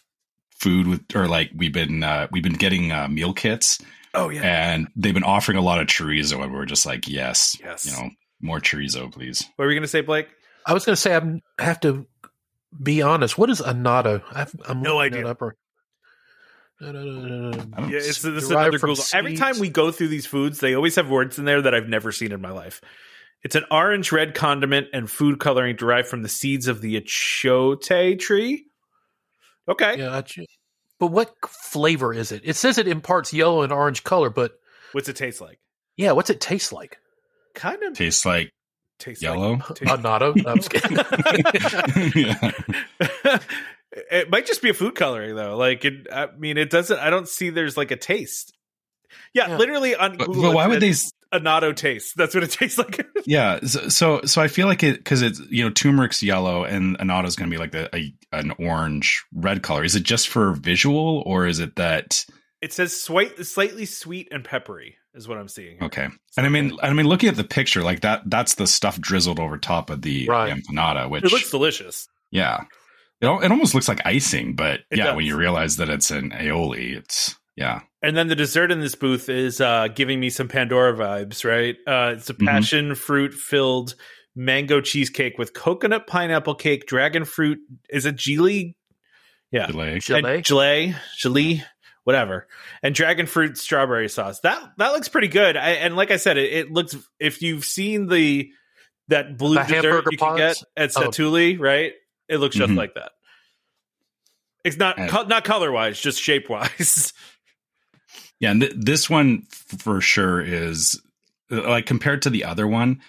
food with, or like we've been uh, we've been getting uh, meal kits,
Oh yeah.
and they've been offering a lot of chorizo, and we're just like, yes,
Yes.
you know, more chorizo, please.
What were you going to say, Blake?
I was going to say I'm, I have to be honest. What is annatto? I've, I'm
No
looking
idea.
It up or, Da-da-da-da-da.
I don't
Yeah, it's this is
Derived
another
from
Google. Every
seeds.
time we go through these foods, they always have words in there that I've never seen in my life. It's an orange red condiment and food coloring derived from the seeds of the achote tree. Okay,
Yeah, I ju- but what flavor is it? It says it imparts yellow and orange color, but
what's it taste like?
yeah, what's it taste like?
Kind of
tastes like
tastes
yellow.
Like, tastes-
Anato? No, I'm just kidding.
yeah.
it might just be a food coloring though. Like, it, I mean, it doesn't. I don't see there's like a taste. Yeah,
Yeah.
literally on
But,
Google.
but why would they? s-
a natto taste? That's what it tastes like.
Yeah, so so, so I feel like it because it's you know turmeric's yellow and annata is going to be like the, a an orange red color. Is it just for visual or is it that
it says slight, slightly sweet and peppery is what I'm seeing. here.
okay? And I mean, I mean, looking at the picture, like that that's the stuff drizzled over top of the,
Right.
the empanada, which
it looks delicious.
yeah, it al- it almost looks like icing, but
It
yeah,
does.
when you realize that it's an aioli, it's yeah,
And then the dessert in this booth is uh, giving me some Pandora vibes, right? Uh, it's a
Mhm.
passion fruit filled mango cheesecake with coconut pineapple cake, dragon fruit. Is it gelee? Yeah.
Filet.
Gelée?
And gelée, gelee, whatever, and dragon fruit strawberry sauce. That that looks pretty good. I, and like I said, it, it looks. If you've seen the that blue
The
dessert
hamburger
you can get
pods?
at
Oh. Mm-hmm.
Satuli, right? It looks just
Mhm.
like that. It's not
And-
co- not color wise, just shape wise.
Yeah, and th- this one f- for sure is uh, like compared to the other one,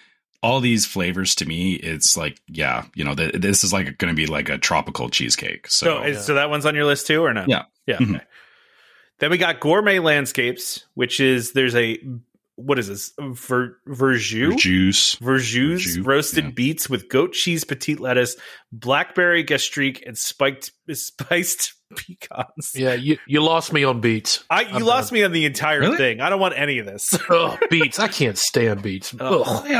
all these flavors to me, it's like yeah, you know, th- this is like going to be like a tropical cheesecake. So,
So, is- so that one's on your list too, or not?
Yeah.
yeah.
Mm-hmm.
Mhm.
okay. Then we got gourmet landscapes, which is there's a what is this Ver, verjus
juice.
verjus
Verjus,
roasted
yeah.
beets with goat cheese, petite lettuce, blackberry gastrique, and spiked spiced pecans.
yeah, you, you lost me on beats.
I you
I'm
lost me on the entire
Really?
thing. I don't want any of this.
Ugh, beats. I can't stand beats.
Oh.
Ugh.
Yeah,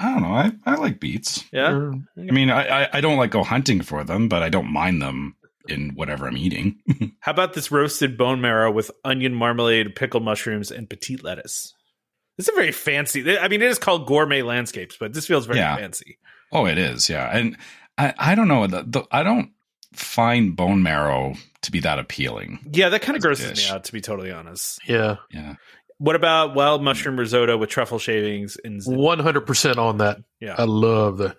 I, I don't know. I, I like beets.
Yeah,
I mean, I, I I don't like go hunting for them, but I don't mind them in whatever I'm eating.
How about this roasted bone marrow with onion marmalade, pickled mushrooms, and petite lettuce? This is very fancy. I mean, it is called gourmet landscapes, but this feels very
Yeah.
fancy.
oh, it is. Yeah, and I I don't know. The, the, I don't find bone marrow to be that appealing.
Yeah, that kind of
As a
grosses
dish.
me out, to be totally honest.
Yeah,
Yeah.
What about wild mushroom risotto with truffle shavings and
one hundred percent on that.
yeah?
I love that.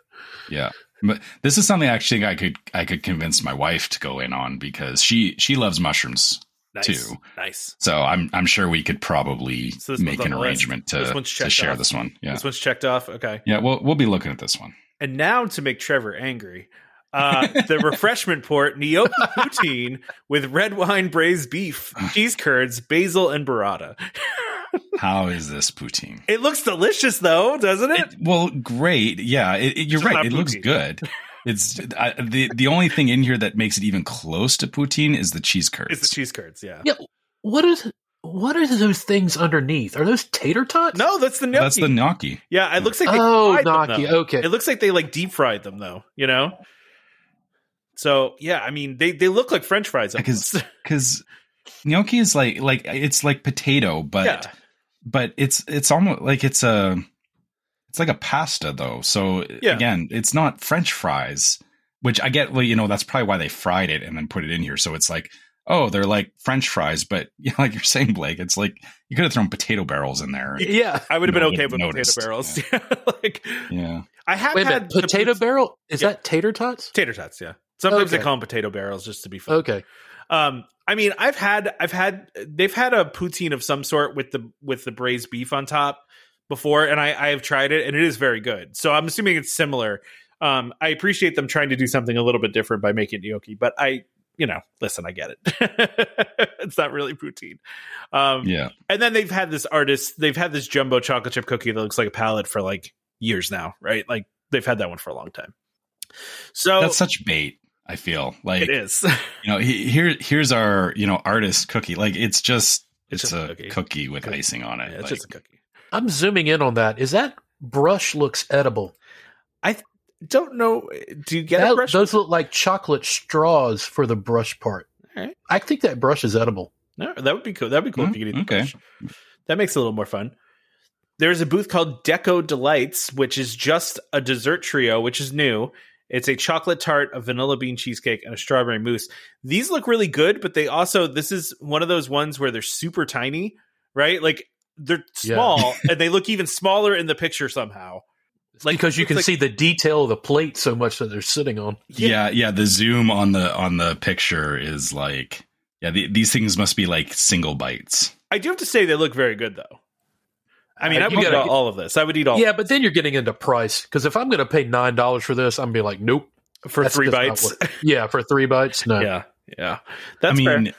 Yeah. But this is something I actually think I could I could convince my wife to go in on because she she loves mushrooms.
nice,
two.
nice.
So I'm I'm sure we could probably
So this
make
one's on
an
the list.
arrangement
This
to,
one's
to
checked
share
off.
this one. Yeah.
This one's checked off. Okay,
yeah, we'll we'll be looking at this one.
and now to make Trevor angry, uh, the refreshment port Niobe poutine with red wine braised beef, cheese curds, basil, and burrata.
How is this poutine?
It looks delicious, though, doesn't it?
It- well, great. Yeah, it, it- you're
It's not
right. It looks
poutine.
good. It's I, the the only thing in here that makes it even close to poutine is the cheese curds.
It's the cheese curds. Yeah.
Yeah. What is? What are those things underneath? Are those tater tots?
No, that's the gnocchi.
That's the gnocchi.
yeah, it looks like they
Oh,
fried them,
Naki.
though.
Okay.
It looks like they like deep fried them though, you know? So yeah, I mean they, they look like French fries.
Because-
almost.
because gnocchi is like like it's like potato, but
Yeah.
but it's it's almost like it's a it's like a pasta though. So
Yeah.
again, it's not French fries, which I get. Well, you know that's probably why they fried it and then put it in here. So it's like oh, they're like French fries, but you know, like you're saying, Blake, it's like you could have thrown potato barrels in there.
yeah.
I would have been
No,
okay with
noticed.
potato barrels.
Yeah.
like
Yeah,
I have
Wait a
had
minute.
the
Potato
pizza-
barrel? Is
Yeah.
that tater tots?
tater tots, yeah. Sometimes they
Okay.
call them potato barrels just to be fun.
Okay.
Um, I mean, I've had, I've had, they've had a poutine of some sort with the with the braised beef on top before, and I I have tried it, and it is very good. So I'm assuming it's similar. Um, I appreciate them trying to do something a little bit different by making gnocchi, but I, you know, listen, I get it. it's not really poutine. Um,
yeah.
and then they've had this artist, they've had this jumbo chocolate chip cookie that looks like a palette for like years now, right? Like they've had that one for a long time. So
That's such bait. I feel like
it is.
you know he, here here's our you know artist cookie. Like it's just
It's
it's,
just
a
a cookie.
cookie, with
Cookie.
icing on it.
Yeah, it's
Like,
just a cookie.
I'm zooming in on that. Is that brush looks edible?
Don't know. Do you get a
That-
brush?
those look like chocolate straws for the brush part.
All right.
I think that brush is edible.
No, that would be cool. That'd be cool if you could eat the
Okay.
brush. That makes it a little more fun. There's a booth called Deco Delights, which is just a dessert trio, which is new. It's a chocolate tart, a vanilla bean cheesecake, and a strawberry mousse. These look really good, but they also this is one of those ones where they're super tiny, right? Like they're
Yeah.
small and they look even smaller in the picture somehow. Like,
because you
it's
can
like-
see the detail of the plate so much that they're sitting on.
yeah yeah the zoom on the on the picture is like yeah the, these things must be like single bites
I do have to say they look very good though. I mean,
Uh,
I
you
would eat
gotta-
all of this. I would eat all
Yeah, but then you're getting into price because if I'm going to pay nine dollars for this, I'm gonna be like, nope.
for
that's
three
just not
bites.
worth- Yeah, for three bites, no.
Yeah, yeah. That's
i mean
fair.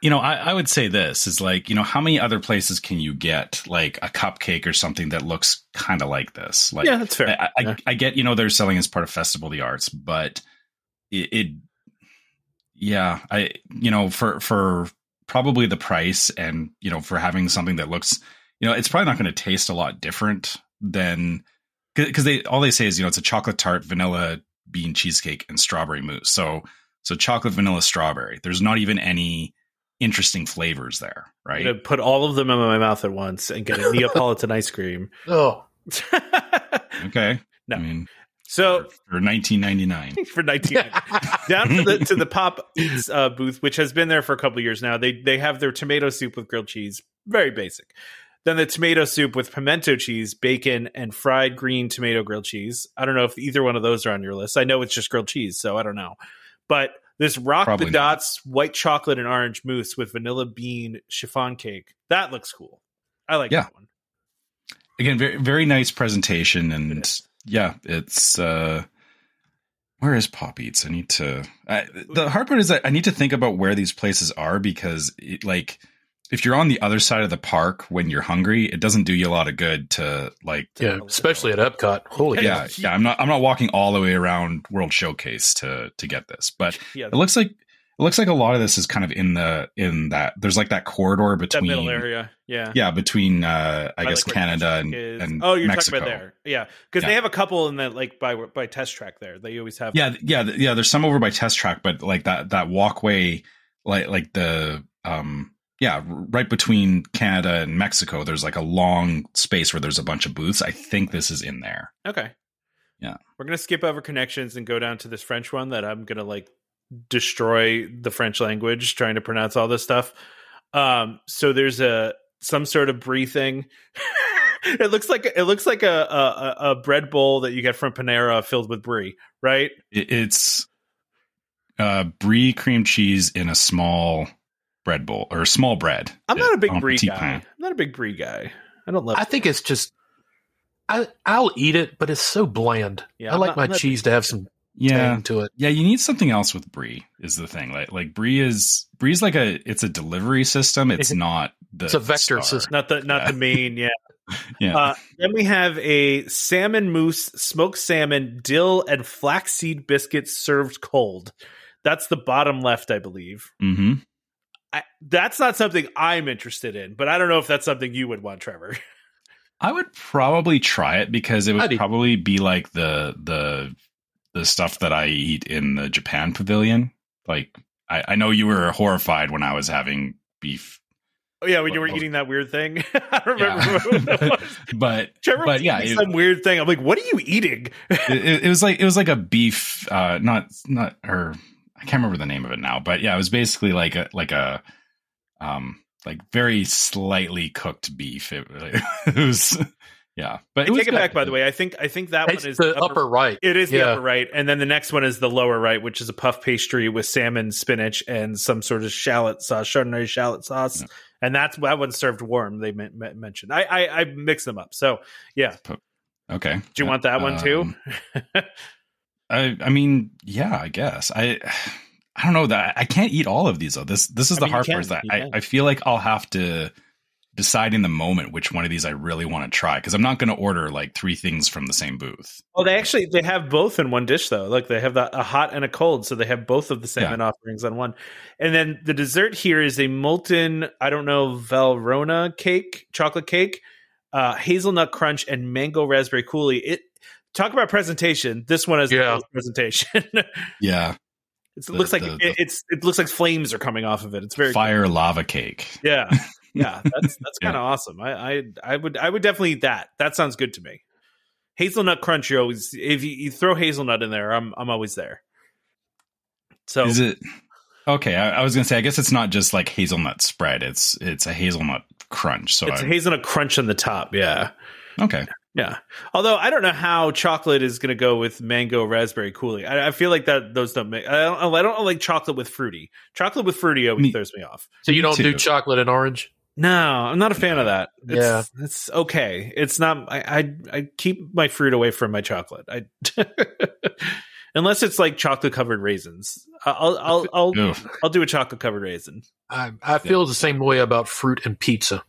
you know I, I would say this is like you know how many other places can you get like a cupcake or something that looks kind of like this like
yeah, that's fair.
I, I,
Yeah.
I get you know they're selling as part of Festival of the Arts, but it, it yeah, I you know for for probably the price and you know for having something that looks you know it's probably not going to taste a lot different than because they all they say is you know it's a chocolate tart, vanilla bean cheesecake, and strawberry mousse. So so chocolate, vanilla, strawberry. There's not even any interesting flavors there,
I'm
right?
gonna put all of them in my mouth at once and get a Neapolitan ice cream.
Oh,
Okay,
No.
I mean
so
for 1999.
for nineteen down to the to the pop eats uh, booth, which has been there for a couple of years now. They they have their tomato soup with grilled cheese, very basic. Then the tomato soup with pimento cheese, bacon, and fried green tomato grilled cheese. I don't know if either one of those are on your list. I know it's just grilled cheese, so I don't know. But this rock
Probably
the
not.
dots white chocolate and orange mousse with vanilla bean chiffon cake. That looks cool. I like
Yeah.
that one.
again very very nice presentation and
It
yeah it's uh where is pop eats i need to I, the hard part is that i need to think about where these places are because it, like if you're on the other side of the park when you're hungry it doesn't do you a lot of good to like
yeah, especially at Epcot. Holy
yeah
cow.
yeah i'm not i'm not walking all the way around world showcase to to get this but
Yeah,
it looks like it looks like a lot of this is kind of in the in that there's like that corridor
that
between
middle area. Yeah.
yeah between uh i,
by,
guess
like, where
canada
Test
and,
Track is.
and
oh, you're
Mexico.
talking about there, yeah, because they
Yeah.
have a couple in that like by by test track there. They always have
yeah th- yeah th- yeah there's some over by test track but like that that walkway like like the um yeah r- right between canada and mexico there's like a long space where there's a bunch of booths i think this is in there
Okay,
Yeah.
we're gonna skip over connections and go down to this French one that I'm gonna like destroy the French language trying to pronounce all this stuff. Um, so there's a some sort of brie thing. it looks like it looks like a, a a- a bread bowl that you get from Panera filled with brie, right?
it, it's uh brie cream cheese in a small bread bowl or small bread Um,
I'm not a big
on
brie
petit
guy.
pain.
I'm not a big brie guy. I don't love.
I think it's just I I'll eat it, but it's so bland.
Yeah,
I
I'm
like
not-
my
I'm not a
cheese to have some
yeah
tang to it.
Yeah, you need something else with Brie is the thing. Like like Brie is Brie's like a it's a delivery system. It's not the
It's a vector system.
not the not
Yeah.
the main yeah
Yeah.
Uh, then we have a salmon mousse, smoked salmon, dill, and flaxseed biscuits served cold. That's the bottom left, I believe.
hmm
I, that's not something I'm interested in, but I don't know if that's something you would want, Trevor.
I would probably try it because it would
I'd eat-
probably be like the the the stuff that I eat in the Japan pavilion. Like I, I know you were horrified when I was having beef,
Oh yeah, when you were
Well,
eating that weird thing, I don't remember
Yeah.
what that was.
but
Trevor
but
was
yeah,
eating
it,
some weird thing. I'm like, what are you eating?
it, it was like it was like a beef, uh, not not or I can't remember the name of it now, but yeah, it was basically like a like a um like very slightly cooked beef. It, it was yeah, but
I
it was
take it
good.
back, by the way. I think I think that
It's
one is
the upper right.
It is the
Yeah.
upper right, and then the next one is the lower right, which is a puff pastry with salmon, spinach, and some sort of shallot sauce, chardonnay shallot sauce,
Yeah.
and that's that one's served warm. They men- men- mentioned. I, I I mix them up. So
Okay, Uh, um, do
you want that one too?
I I mean, yeah, I guess. I I don't know that I can't eat all of these though. This this is
I
the
mean, you
hard
can,
part is that
you
I,
can.
I feel like I'll have to decide in the moment which one of these I really want to try because I'm not going to order like three things from the same booth.
well, they actually they have both in one dish though. Look, they have the, a hot and a cold, so they have both of the salmon offerings on one. And then the dessert here is a molten, I don't know, Valrhona cake, chocolate cake, uh, hazelnut crunch, and mango raspberry coulis. It talk about presentation. This one is the
Yeah.
best presentation.
Yeah,
It's, it
The-
looks like
the-
it, it's it looks like flames are coming off of it. It's very
fire lava cake.
yeah yeah that's that's
Yeah.
kind of awesome. I, I I would I would definitely eat that. That sounds good to me. hazelnut crunch. You always if you, you throw hazelnut in there, I'm I'm always there. So
Is it okay? I, I was gonna say, I guess it's not just like hazelnut spread. It's it's a hazelnut crunch. So
it's
I-
a hazelnut crunch on the top. Yeah,
okay,
yeah. Although I don't know how chocolate is going to go with mango raspberry coolie. I, I feel like that those don't make. I don't, I don't like chocolate with fruity. Chocolate with fruity always
Me-
throws me off.
So you don't
too.
do chocolate and orange?
No, I'm not a fan of that. It's,
Yeah.
it's okay. It's not. I, I I keep my fruit away from my chocolate. I unless it's like chocolate covered raisins. I'll I'll I'll I'll,
Oof.
I'll do a chocolate covered raisin.
I, I feel the same way about fruit and pizza.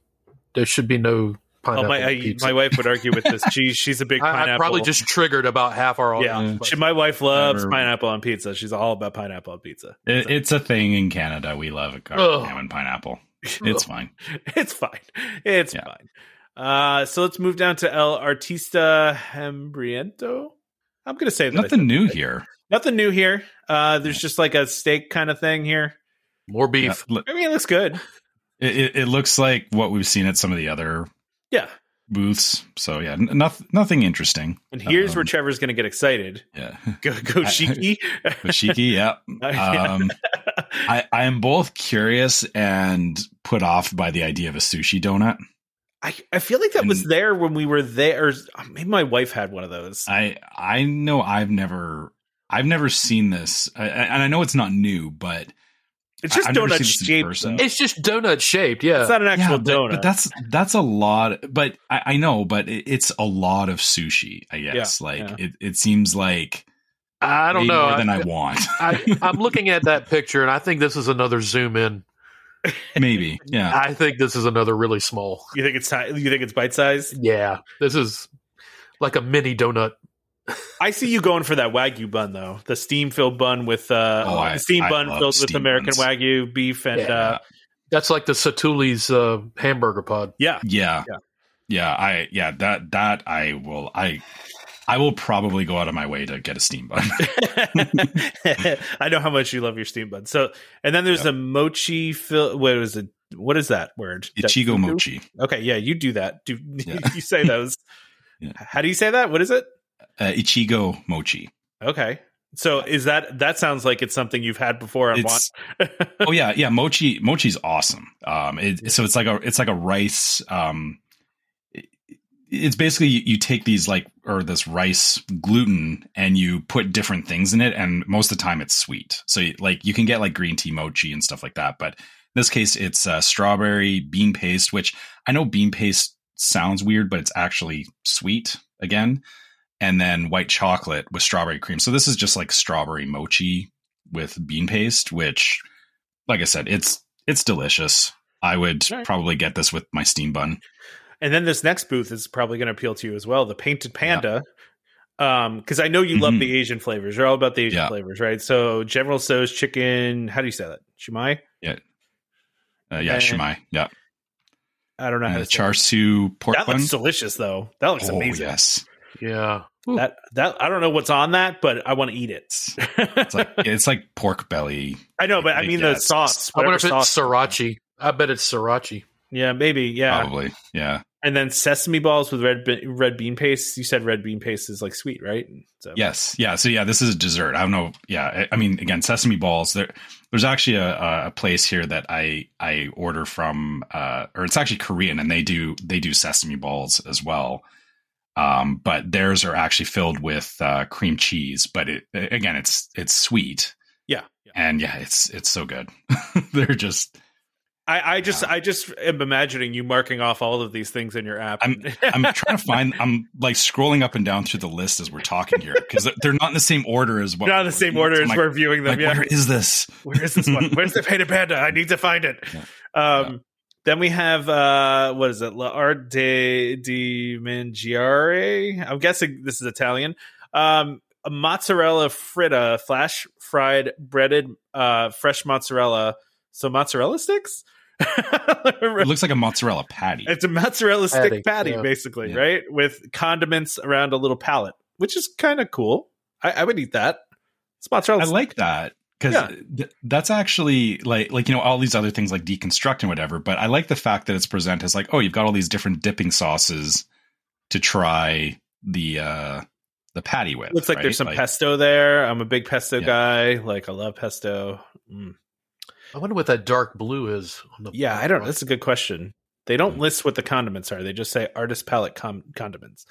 There should be no
Oh,
pineapple
my
on
I,
pizza.
my wife would argue with this. She she's a big pineapple.
I, I probably just triggered about half our audience.
yeah.
but-
She, my wife loves
Never-
pineapple on pizza. She's all about pineapple on pizza.
it, it's a thing in Canada. We love a
Ugh.
ham and pineapple. It's fine.
It's fine. It's
Yeah.
fine. Uh, so let's move down to El Artista Hambriento. I'm gonna say that I
Nothing new
that.
here.
Nothing new here. Uh, there's just like a steak kind of thing here.
More
Yeah,
beef.
look-
I mean, it looks good.
It, it, it looks like what we've seen at some of the other
Yeah.
booths. So yeah, n- nothing nothing interesting.
And here's where
Um,
Trevor's going to get excited.
Yeah,
Go, go, Shiki.
Bashiki. Yeah. Um,
I,
I, I am both curious and put off by the idea of a sushi donut.
I feel like that was
and-
there when we were there. Or maybe my wife had one of those.
I I know I've never I've never seen this, I, I- and I know it's not new, but
It's just
I've never
donut
seen this in
shaped.
person.
though.
It's just donut shaped. Yeah.
It's not an actual
yeah, but,
donut.
but that's that's a lot. But I, I know, but it, it's a lot of sushi. I guess like
yeah.
it it seems like
I don't
way
know.
more than I
I,
want.
I, I'm looking at that picture, and I think this is another zoom in.
Maybe yeah.
I think this is another really small.
you think it's ti- you think it's bite sized?
Yeah, this is like a mini donut.
I see you going for that wagyu bun though, the steam filled bun with uh,
Oh, I-
steam
I
bun
love
filled with
steam
American
buns.
wagyu beef and
Yeah.
uh,
That's like the Satuli's uh, hamburger pod.
yeah,
Yeah.
Yeah.
Yeah, I yeah, that that I will I I will probably go out of my way to get a steam bun.
I know how much you love your steam bun. So, and then there's
Yeah.
a mochi fill. What was it? What is that word?
Ichigo
Datsuku?
mochi.
Okay, yeah, you do that. Do
Yeah.
you say those?
Yeah.
How do you say that? What is it?
Uh, Ichigo mochi.
Okay, so is that that sounds like it's something you've had before and want?
It's, oh yeah, yeah, mochi mochi's awesome. Um it, so it's like a it's like a rice um it- it's basically you, you take these like or this rice gluten and you put different things in it and most of the time it's sweet. So you- like you can get like green tea mochi and stuff like that, but in this case it's uh, strawberry bean paste which I know bean paste sounds weird, but it's actually sweet again. And then white chocolate with strawberry cream. So this is just like strawberry mochi with bean paste, which, like I said, it's it's delicious. I would
Right.
probably get this with my steam bun.
And then this next booth is probably going to appeal to you as well, the Painted Panda. Um, because I know you love
Mhm.
the Asian flavors. You're all about the Asian
Yeah.
flavors, right? So General So's chicken, how do you say that? Shumai?
Uh, yeah,
And-
shumai. Yeah,
I don't know how
uh,
to
the
say
char siu
it.
pork
That
bun.
looks delicious though. That looks
oh
amazing.
yes,
Yeah,
That that I don't know what's on that, but I want to eat it.
it's, it's like it's like pork belly.
I know, but I
I
mean the
guess.
sauce.
I wonder
whatever
if it's
sauce.
sriracha. I bet it's sriracha.
Yeah, maybe. Yeah,
Probably, yeah,
and then sesame balls with red be- red bean paste. You said red bean paste is like sweet, right? So
yes, yeah. So yeah, this is a dessert. I don't know. Yeah, I, I mean, again, sesame balls. There, there's actually a, a place here that I I order from, uh, or it's actually Korean, and they do they do sesame balls as well. Um, but theirs are actually filled with uh, cream cheese. But it again, it's it's sweet,
yeah.
and yeah, it's it's so good. They're just
I, I just
Yeah.
I just am imagining you marking off all of these things in your app.
I'm trying to find. I'm like scrolling up and down through the list as we're talking here because they're not in the same order as what
not in
we're
the same
looking
order
at. So
as
I'm like,
we're viewing them.
like,
yeah,
where is this?
where is this one? Where's the painted panda? I need to find it.
Yeah.
Um, Then we have uh, what is it? La Arte di Mangiare. I'm guessing this is Italian. Um, a mozzarella fritta, flash fried breaded uh, fresh mozzarella. So mozzarella sticks.
It looks like a mozzarella patty.
It's a mozzarella stick
Patty,
patty,
yeah.
basically,
Yeah.
right? With condiments around a little palette, which is kind of cool. I, I would eat that. It's mozzarella.
I
stick.
like that because
Yeah.
th- that's actually like like you know all these other things like deconstruct and whatever. But I like the fact that it's presented as like oh you've got all these different dipping sauces to try the uh the patty with.
Looks like
right?
there's some pesto there. I'm a big pesto
Yeah.
guy. Like I love pesto. Mm.
I wonder what that dark blue is. On the
Yeah, I don't. That's a good question. They don't
Mm.
list what the condiments are. They just say artist palette com- condiments.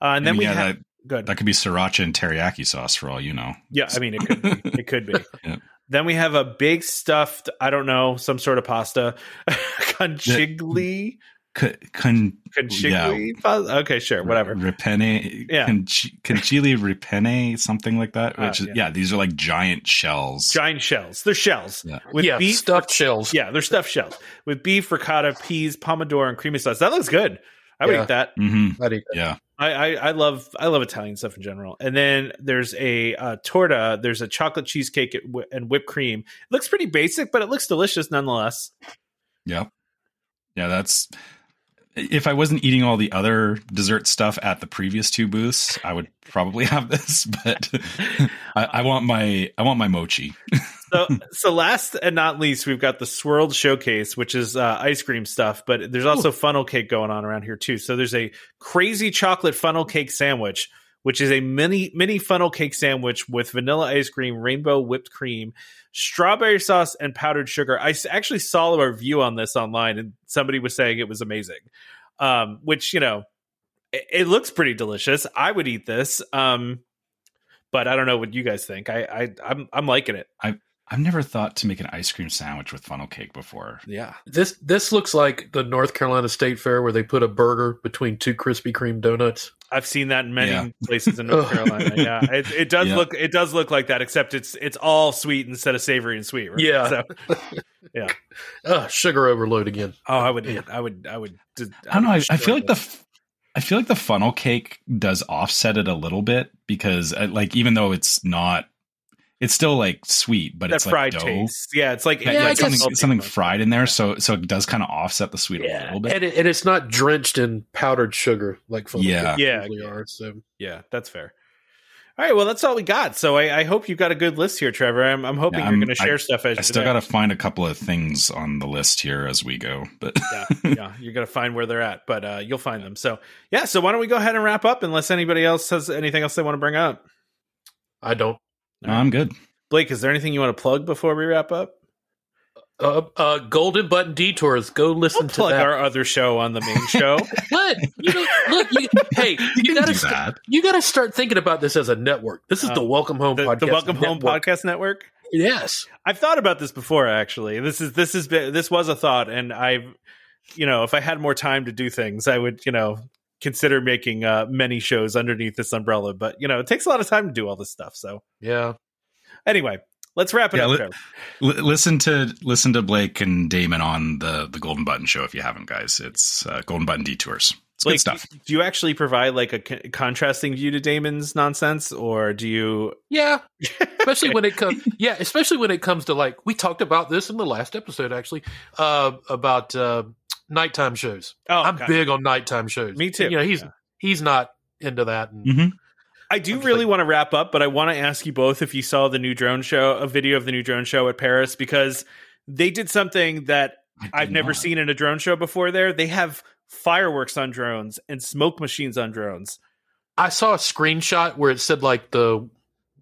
Uh, and
I
then
mean,
we
yeah,
have good.
that could be sriracha and teriyaki sauce for all you know.
Yeah, I mean it could be. It could be.
Yeah.
Then we have a big stuffed, I don't know, some sort of pasta. conchigli.
C- con-
Conchigli pasta. Okay, sure, whatever.
Repene,
Yeah.
conch- conchili repene, something like that.
Ah,
Which is,
yeah.
yeah. these are like giant shells.
Giant shells. They're shells.
Yeah.
With
yeah,
beef.
stuffed shells.
yeah, they're stuffed shells. With beef, ricotta, peas, pomodoro, and creamy sauce. That looks good. I would
Yeah.
eat that.
hmm
I'd eat
Yeah,
I, I, I love I love Italian stuff in general. And then there's a uh, torta. There's a chocolate cheesecake and whi- and whipped cream. It looks pretty basic, but it looks delicious nonetheless.
yeah, yeah. That's if I wasn't eating all the other dessert stuff at the previous two booths, I would probably have this. But I, I want my I want my mochi.
so so last and not least we've got the swirled showcase which is uh, ice cream stuff but there's also funnel cake going on around here too so there's a crazy chocolate funnel cake sandwich which is a mini mini funnel cake sandwich with vanilla ice cream rainbow whipped cream strawberry sauce and powdered sugar i s- actually saw a review on this online and somebody was saying it was amazing um, which you know it, it looks pretty delicious i would eat this um, but i don't know what you guys think i, I I'm, I'm liking it
I've never thought to make an ice cream sandwich with funnel cake before.
yeah
This this looks like the North Carolina State Fair where they put a burger between two Krispy Kreme donuts.
I've seen that in many
Yeah.
places in North
Ugh.
Carolina. Yeah, it, it does
Yeah.
look it does look like that, except it's it's all sweet instead of savory and sweet. Right?
Yeah.
So,
Ah, sugar overload again.
oh, I would eat. I would. I would. I,
I don't know. I,
would
I feel like the
destroy
f- I feel like the funnel cake does offset it a little bit because uh like even though it's not, it's still like sweet, but
that
it's
fried
like dough.
taste. Yeah, it's like
Yeah,
Yeah, I
like
guess-
something, something fried in there, so so it does kind of offset the sweet a little bit.
and, it, and it's not drenched in powdered sugar like funnel
Yeah.
cake
Yeah.
usually are. So
Yeah, that's fair. All right, well, that's all we got. So I, I hope you got a good list here, Trevor. I'm, I'm hoping
Yeah,
you're
I'm-
going to
I-
share stuff as
I
you
still
go.
got to find a couple of things on the list here as we go, but
yeah, yeah, you're going to find where they're at, but uh, you'll find them. So yeah, so why don't we go ahead and wrap up unless anybody else has anything else they want to bring up?
I don't.
no, I'm good.
Blake, is there anything you want to plug before we wrap up?
Uh, uh, Golden Button Detours. Go listen
We'll
to
plug
that.
our other show on the main show.
What? You don't, look, you, hey, you,
You can
gotta
do
st-
that.
you gotta start thinking about this as a network. This is
Uh,
the Welcome Home
the,
Podcast.
the Welcome Home
Network.
Podcast Network.
Yes,
I've thought about this before, actually. This is this is this was a thought, and I've, you know, if I had more time to do things, I would, you know, consider making uh, many shows underneath this umbrella. But you know, it takes a lot of time to do all this stuff. So
yeah.
anyway, let's wrap it
Yeah,
up.
let-
Trevor.
L- listen to listen to Blake and Damon on the the Golden Button Show if you haven't, guys. It's uh, Golden Button Detours. It's
Blake,
good stuff.
Do, do you actually provide like a co- contrasting view to Damon's nonsense, or do you?
Yeah, especially when it comes. Yeah, especially when it comes to like we talked about this in the last episode actually uh, about uh, nighttime shows.
Oh,
I'm
God.
big on nighttime shows.
Me too. Mm-hmm.
You know, he's he's not into that. And,
hmm
I do
I'm just
really
like-
want to wrap up, but I want to ask you both if you saw the new drone show, a video of the new drone show at Paris, because they did something that I've never seen in a drone show before there. They have fireworks on drones and smoke machines on drones.
I saw a screenshot where it said like the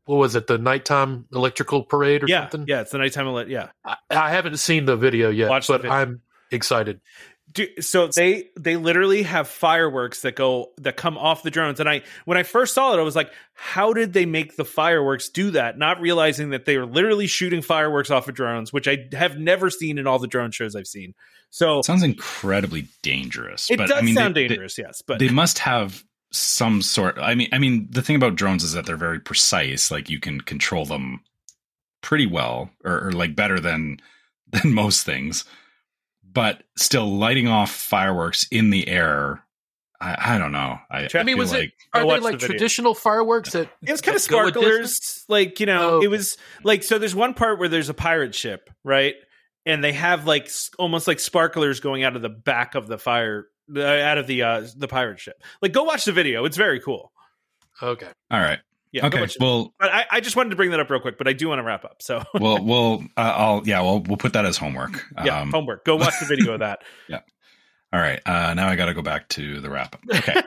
what was it the nighttime electrical parade or
yeah.
something.
Yeah. It's the nighttime. Ele- yeah.
I, I haven't seen the video yet,
Watch the
but
video.
I'm excited.
Do, so they they literally have fireworks that go that come off the drones and i when i first saw it i was like how did they make the fireworks do that not realizing that they were literally shooting fireworks off of drones which i have never seen in all the drone shows i've seen so
Sounds incredibly dangerous.
It
but,
does
I mean, they-
sound
they-
dangerous, yes, but
they must have some sort i mean i mean the thing about drones is that they're very precise like you can control them pretty well or, or like better than than most things but still lighting off fireworks in the air i, I don't know i,
Check-
I
I mean,
feel
was
like
it
I
are they
watched
like
the video.
traditional fireworks that
it was kind of
that go a distance?
sparklers, like you know,
Oh.
it was like so. There's one part where there's a pirate ship, right, and they have like s- almost like sparklers going out of the back of the fire, uh, out of the uh the pirate ship. Like, go watch the video; it's very cool.
Okay.
all right
Yeah, go
okay
watch it.
well
But I, I just wanted to bring that up real quick, but I do want to wrap up. So,
well we'll uh, i'll yeah we'll, we'll put that as homework
yeah, homework. Go watch the video of that.
All right. Uh, now I got to go back to the wrap up. Okay.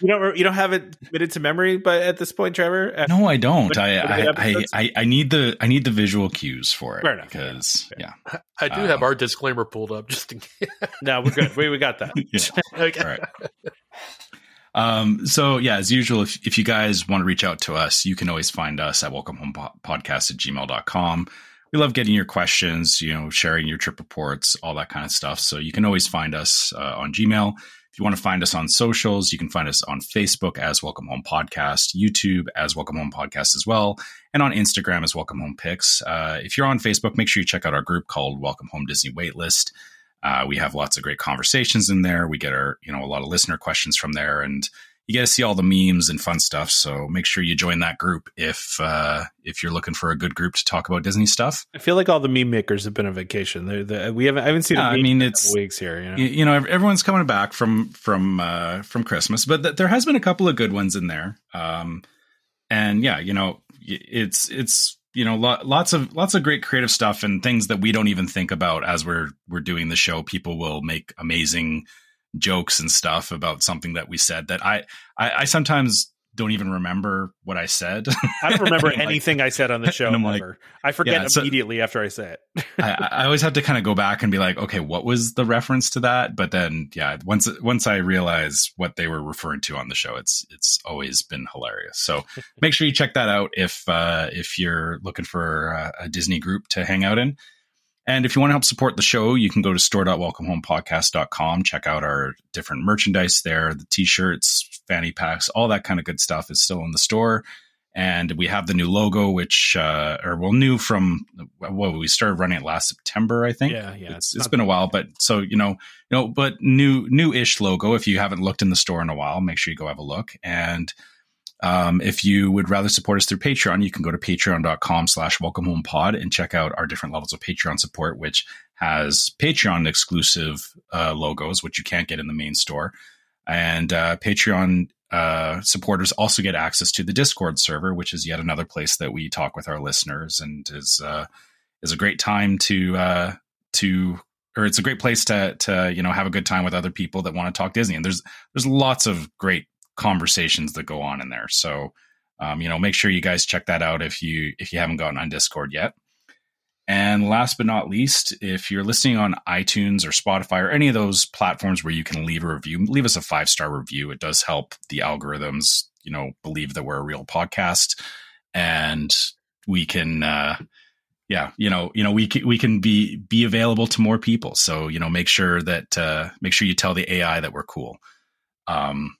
You don't you don't have it committed to memory, but at this point, Trevor, uh,
No, I don't.
What-
I
what are
I,
the
I,
episodes?
I I need the I need the visual cues for it
Fair enough.
because yeah.
I do
Uh,
have our disclaimer pulled up just in case.
no, we're good. We we got that.
yeah.
Okay.
All right. Um, so yeah, as usual, if, if you guys want to reach out to us, you can always find us at welcomehomepodcast at gmail.com. We love getting your questions, you know, sharing your trip reports, all that kind of stuff. So you can always find us uh, on Gmail. If you want to find us on socials, you can find us on Facebook as Welcome Home Podcast, YouTube as Welcome Home Podcast as well, and on Instagram as Welcome Home Picks. Uh, if you're on Facebook, make sure you check out our group called Welcome Home Disney Waitlist. Uh, we have lots of great conversations in there. We get our, you know, a lot of listener questions from there, and you get to see all the memes and fun stuff. So make sure you join that group if uh, if you're looking for a good group to talk about Disney stuff.
I feel like all the meme makers have been on vacation. They're, they we haven't I haven't seen.
Yeah,
a
I
meme
mean,
in a
it's-
couple weeks here. You know?
You, you know, ev- everyone's coming back from from uh, from Christmas, but th- there has been a couple of good ones in there. Um, and yeah, you know, y- it's it's you know lo- lots of lots of great creative stuff and things that we don't even think about as we're we're doing the show. People will make amazing jokes and stuff about something that we said that I I, I sometimes don't even remember what I said.
I don't remember
And, like-
anything I said on the show.
and I'm like-
ever. I forget
Yeah, so-
immediately after I say it.
I, I- I always have to kind of go back and be like, okay, what was the reference to that? But then, yeah, once once I realize what they were referring to on the show, it's it's always been hilarious. So make sure you check that out if uh, if you're looking for a, a Disney group to hang out in. And if you want to help support the show, you can go to store.welcomehomepodcast.com, check out our different merchandise there, the t-shirts, fanny packs, all that kind of good stuff is still in the store and we have the new logo, which uh, or well, new from well, we started running it last September, I think.
Yeah, yeah, it's
It's, it's
not-
been a while, but so you know, you know, but new new-ish logo. If you haven't looked in the store in a while, make sure you go have a look. And um, if you would rather support us through Patreon, you can go to patreon.com slash welcome home pod and check out our different levels of Patreon support, which has Patreon exclusive uh, logos, which you can't get in the main store. And uh, Patreon uh, supporters also get access to the Discord server, which is yet another place that we talk with our listeners and is uh, is a great time to uh, to or it's a great place to to you know have a good time with other people that want to talk Disney. And there's there's lots of great conversations that go on in there. So um, you know, make sure you guys check that out if you if you haven't gotten on Discord yet. And last but not least, if you're listening on iTunes or Spotify or any of those platforms where you can leave a review, leave us a five star review. It does help the algorithms, you know, believe that we're a real podcast, and we can, uh, yeah, you know, you know, we can, we can be be available to more people. So you know, make sure that uh, make sure you tell the AI that we're cool. Um,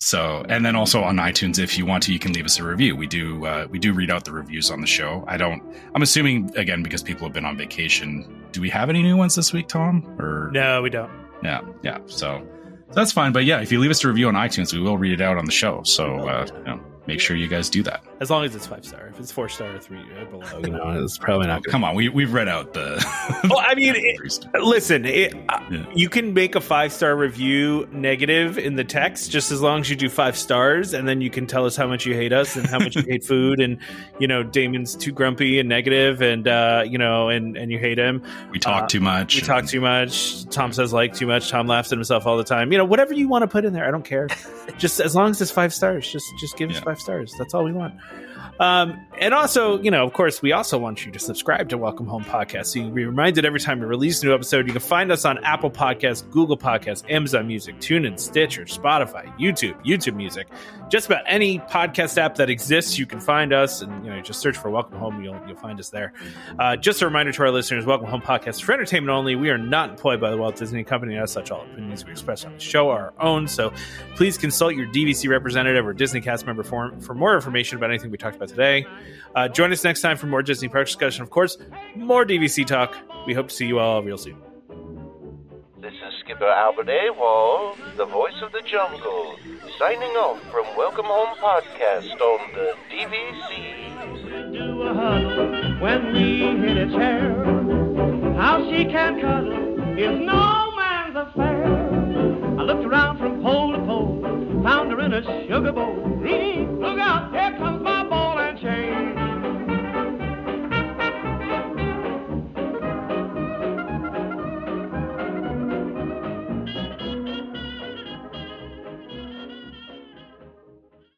so, and then also on iTunes, if you want to, you can leave us a review. We do uh, we do read out the reviews on the show. I don't I'm assuming again because people have been on vacation. Do we have any new ones this week, Tom? Or
No, we don't.
yeah, yeah. So that's fine. But yeah, if you leave us a review on iTunes, we will read it out on the show. So uh, you know, make sure you guys do that.
As long as it's five star. If it's four star or three uh, below, you know, it's probably not.
Come on, we we've read out the.
Well, I mean, it- Listen, it, uh,
Yeah.
you can make a five star review negative in the text just as long as you do five stars, and then you can tell us how much you hate us and how much you hate food, and you know Damon's too grumpy and negative, and uh, you know, and and you hate him.
we talk
uh,
too much.
We talk too much. Tom says like too much. Tom laughs at himself all the time. You know, whatever you want to put in there, I don't care. just as long as it's five stars, just just give us
Yeah.
five stars. That's all we want. Um, and also, you know, of course, we also want you to subscribe to Welcome Home Podcast so you can be reminded every time we release a new episode. You can find us on Apple Podcasts, Google Podcasts, Amazon Music, TuneIn, Stitcher, Spotify, YouTube, YouTube Music, just about any podcast app that exists. You can find us, and you know, just search for Welcome Home. You'll you'll find us there. Uh, just a reminder to our listeners: Welcome Home Podcast is for entertainment only. We are not employed by the Walt Disney Company, and as such, all opinions we express on the show are our own. So please consult your DVC representative or Disney cast member for, for more information about anything we talked about today. Uh, join us next time for more Disney park discussion. Of course, more DVC talk. We hope to see you all real soon.
This is Skipper Albert Awol, the voice of the jungle, signing off from Welcome Home Podcast on the DVC.
do a huddle when we hit a chair. How she can cuddle is no man's affair. I looked around from pole to pole, found her in a sugar bowl.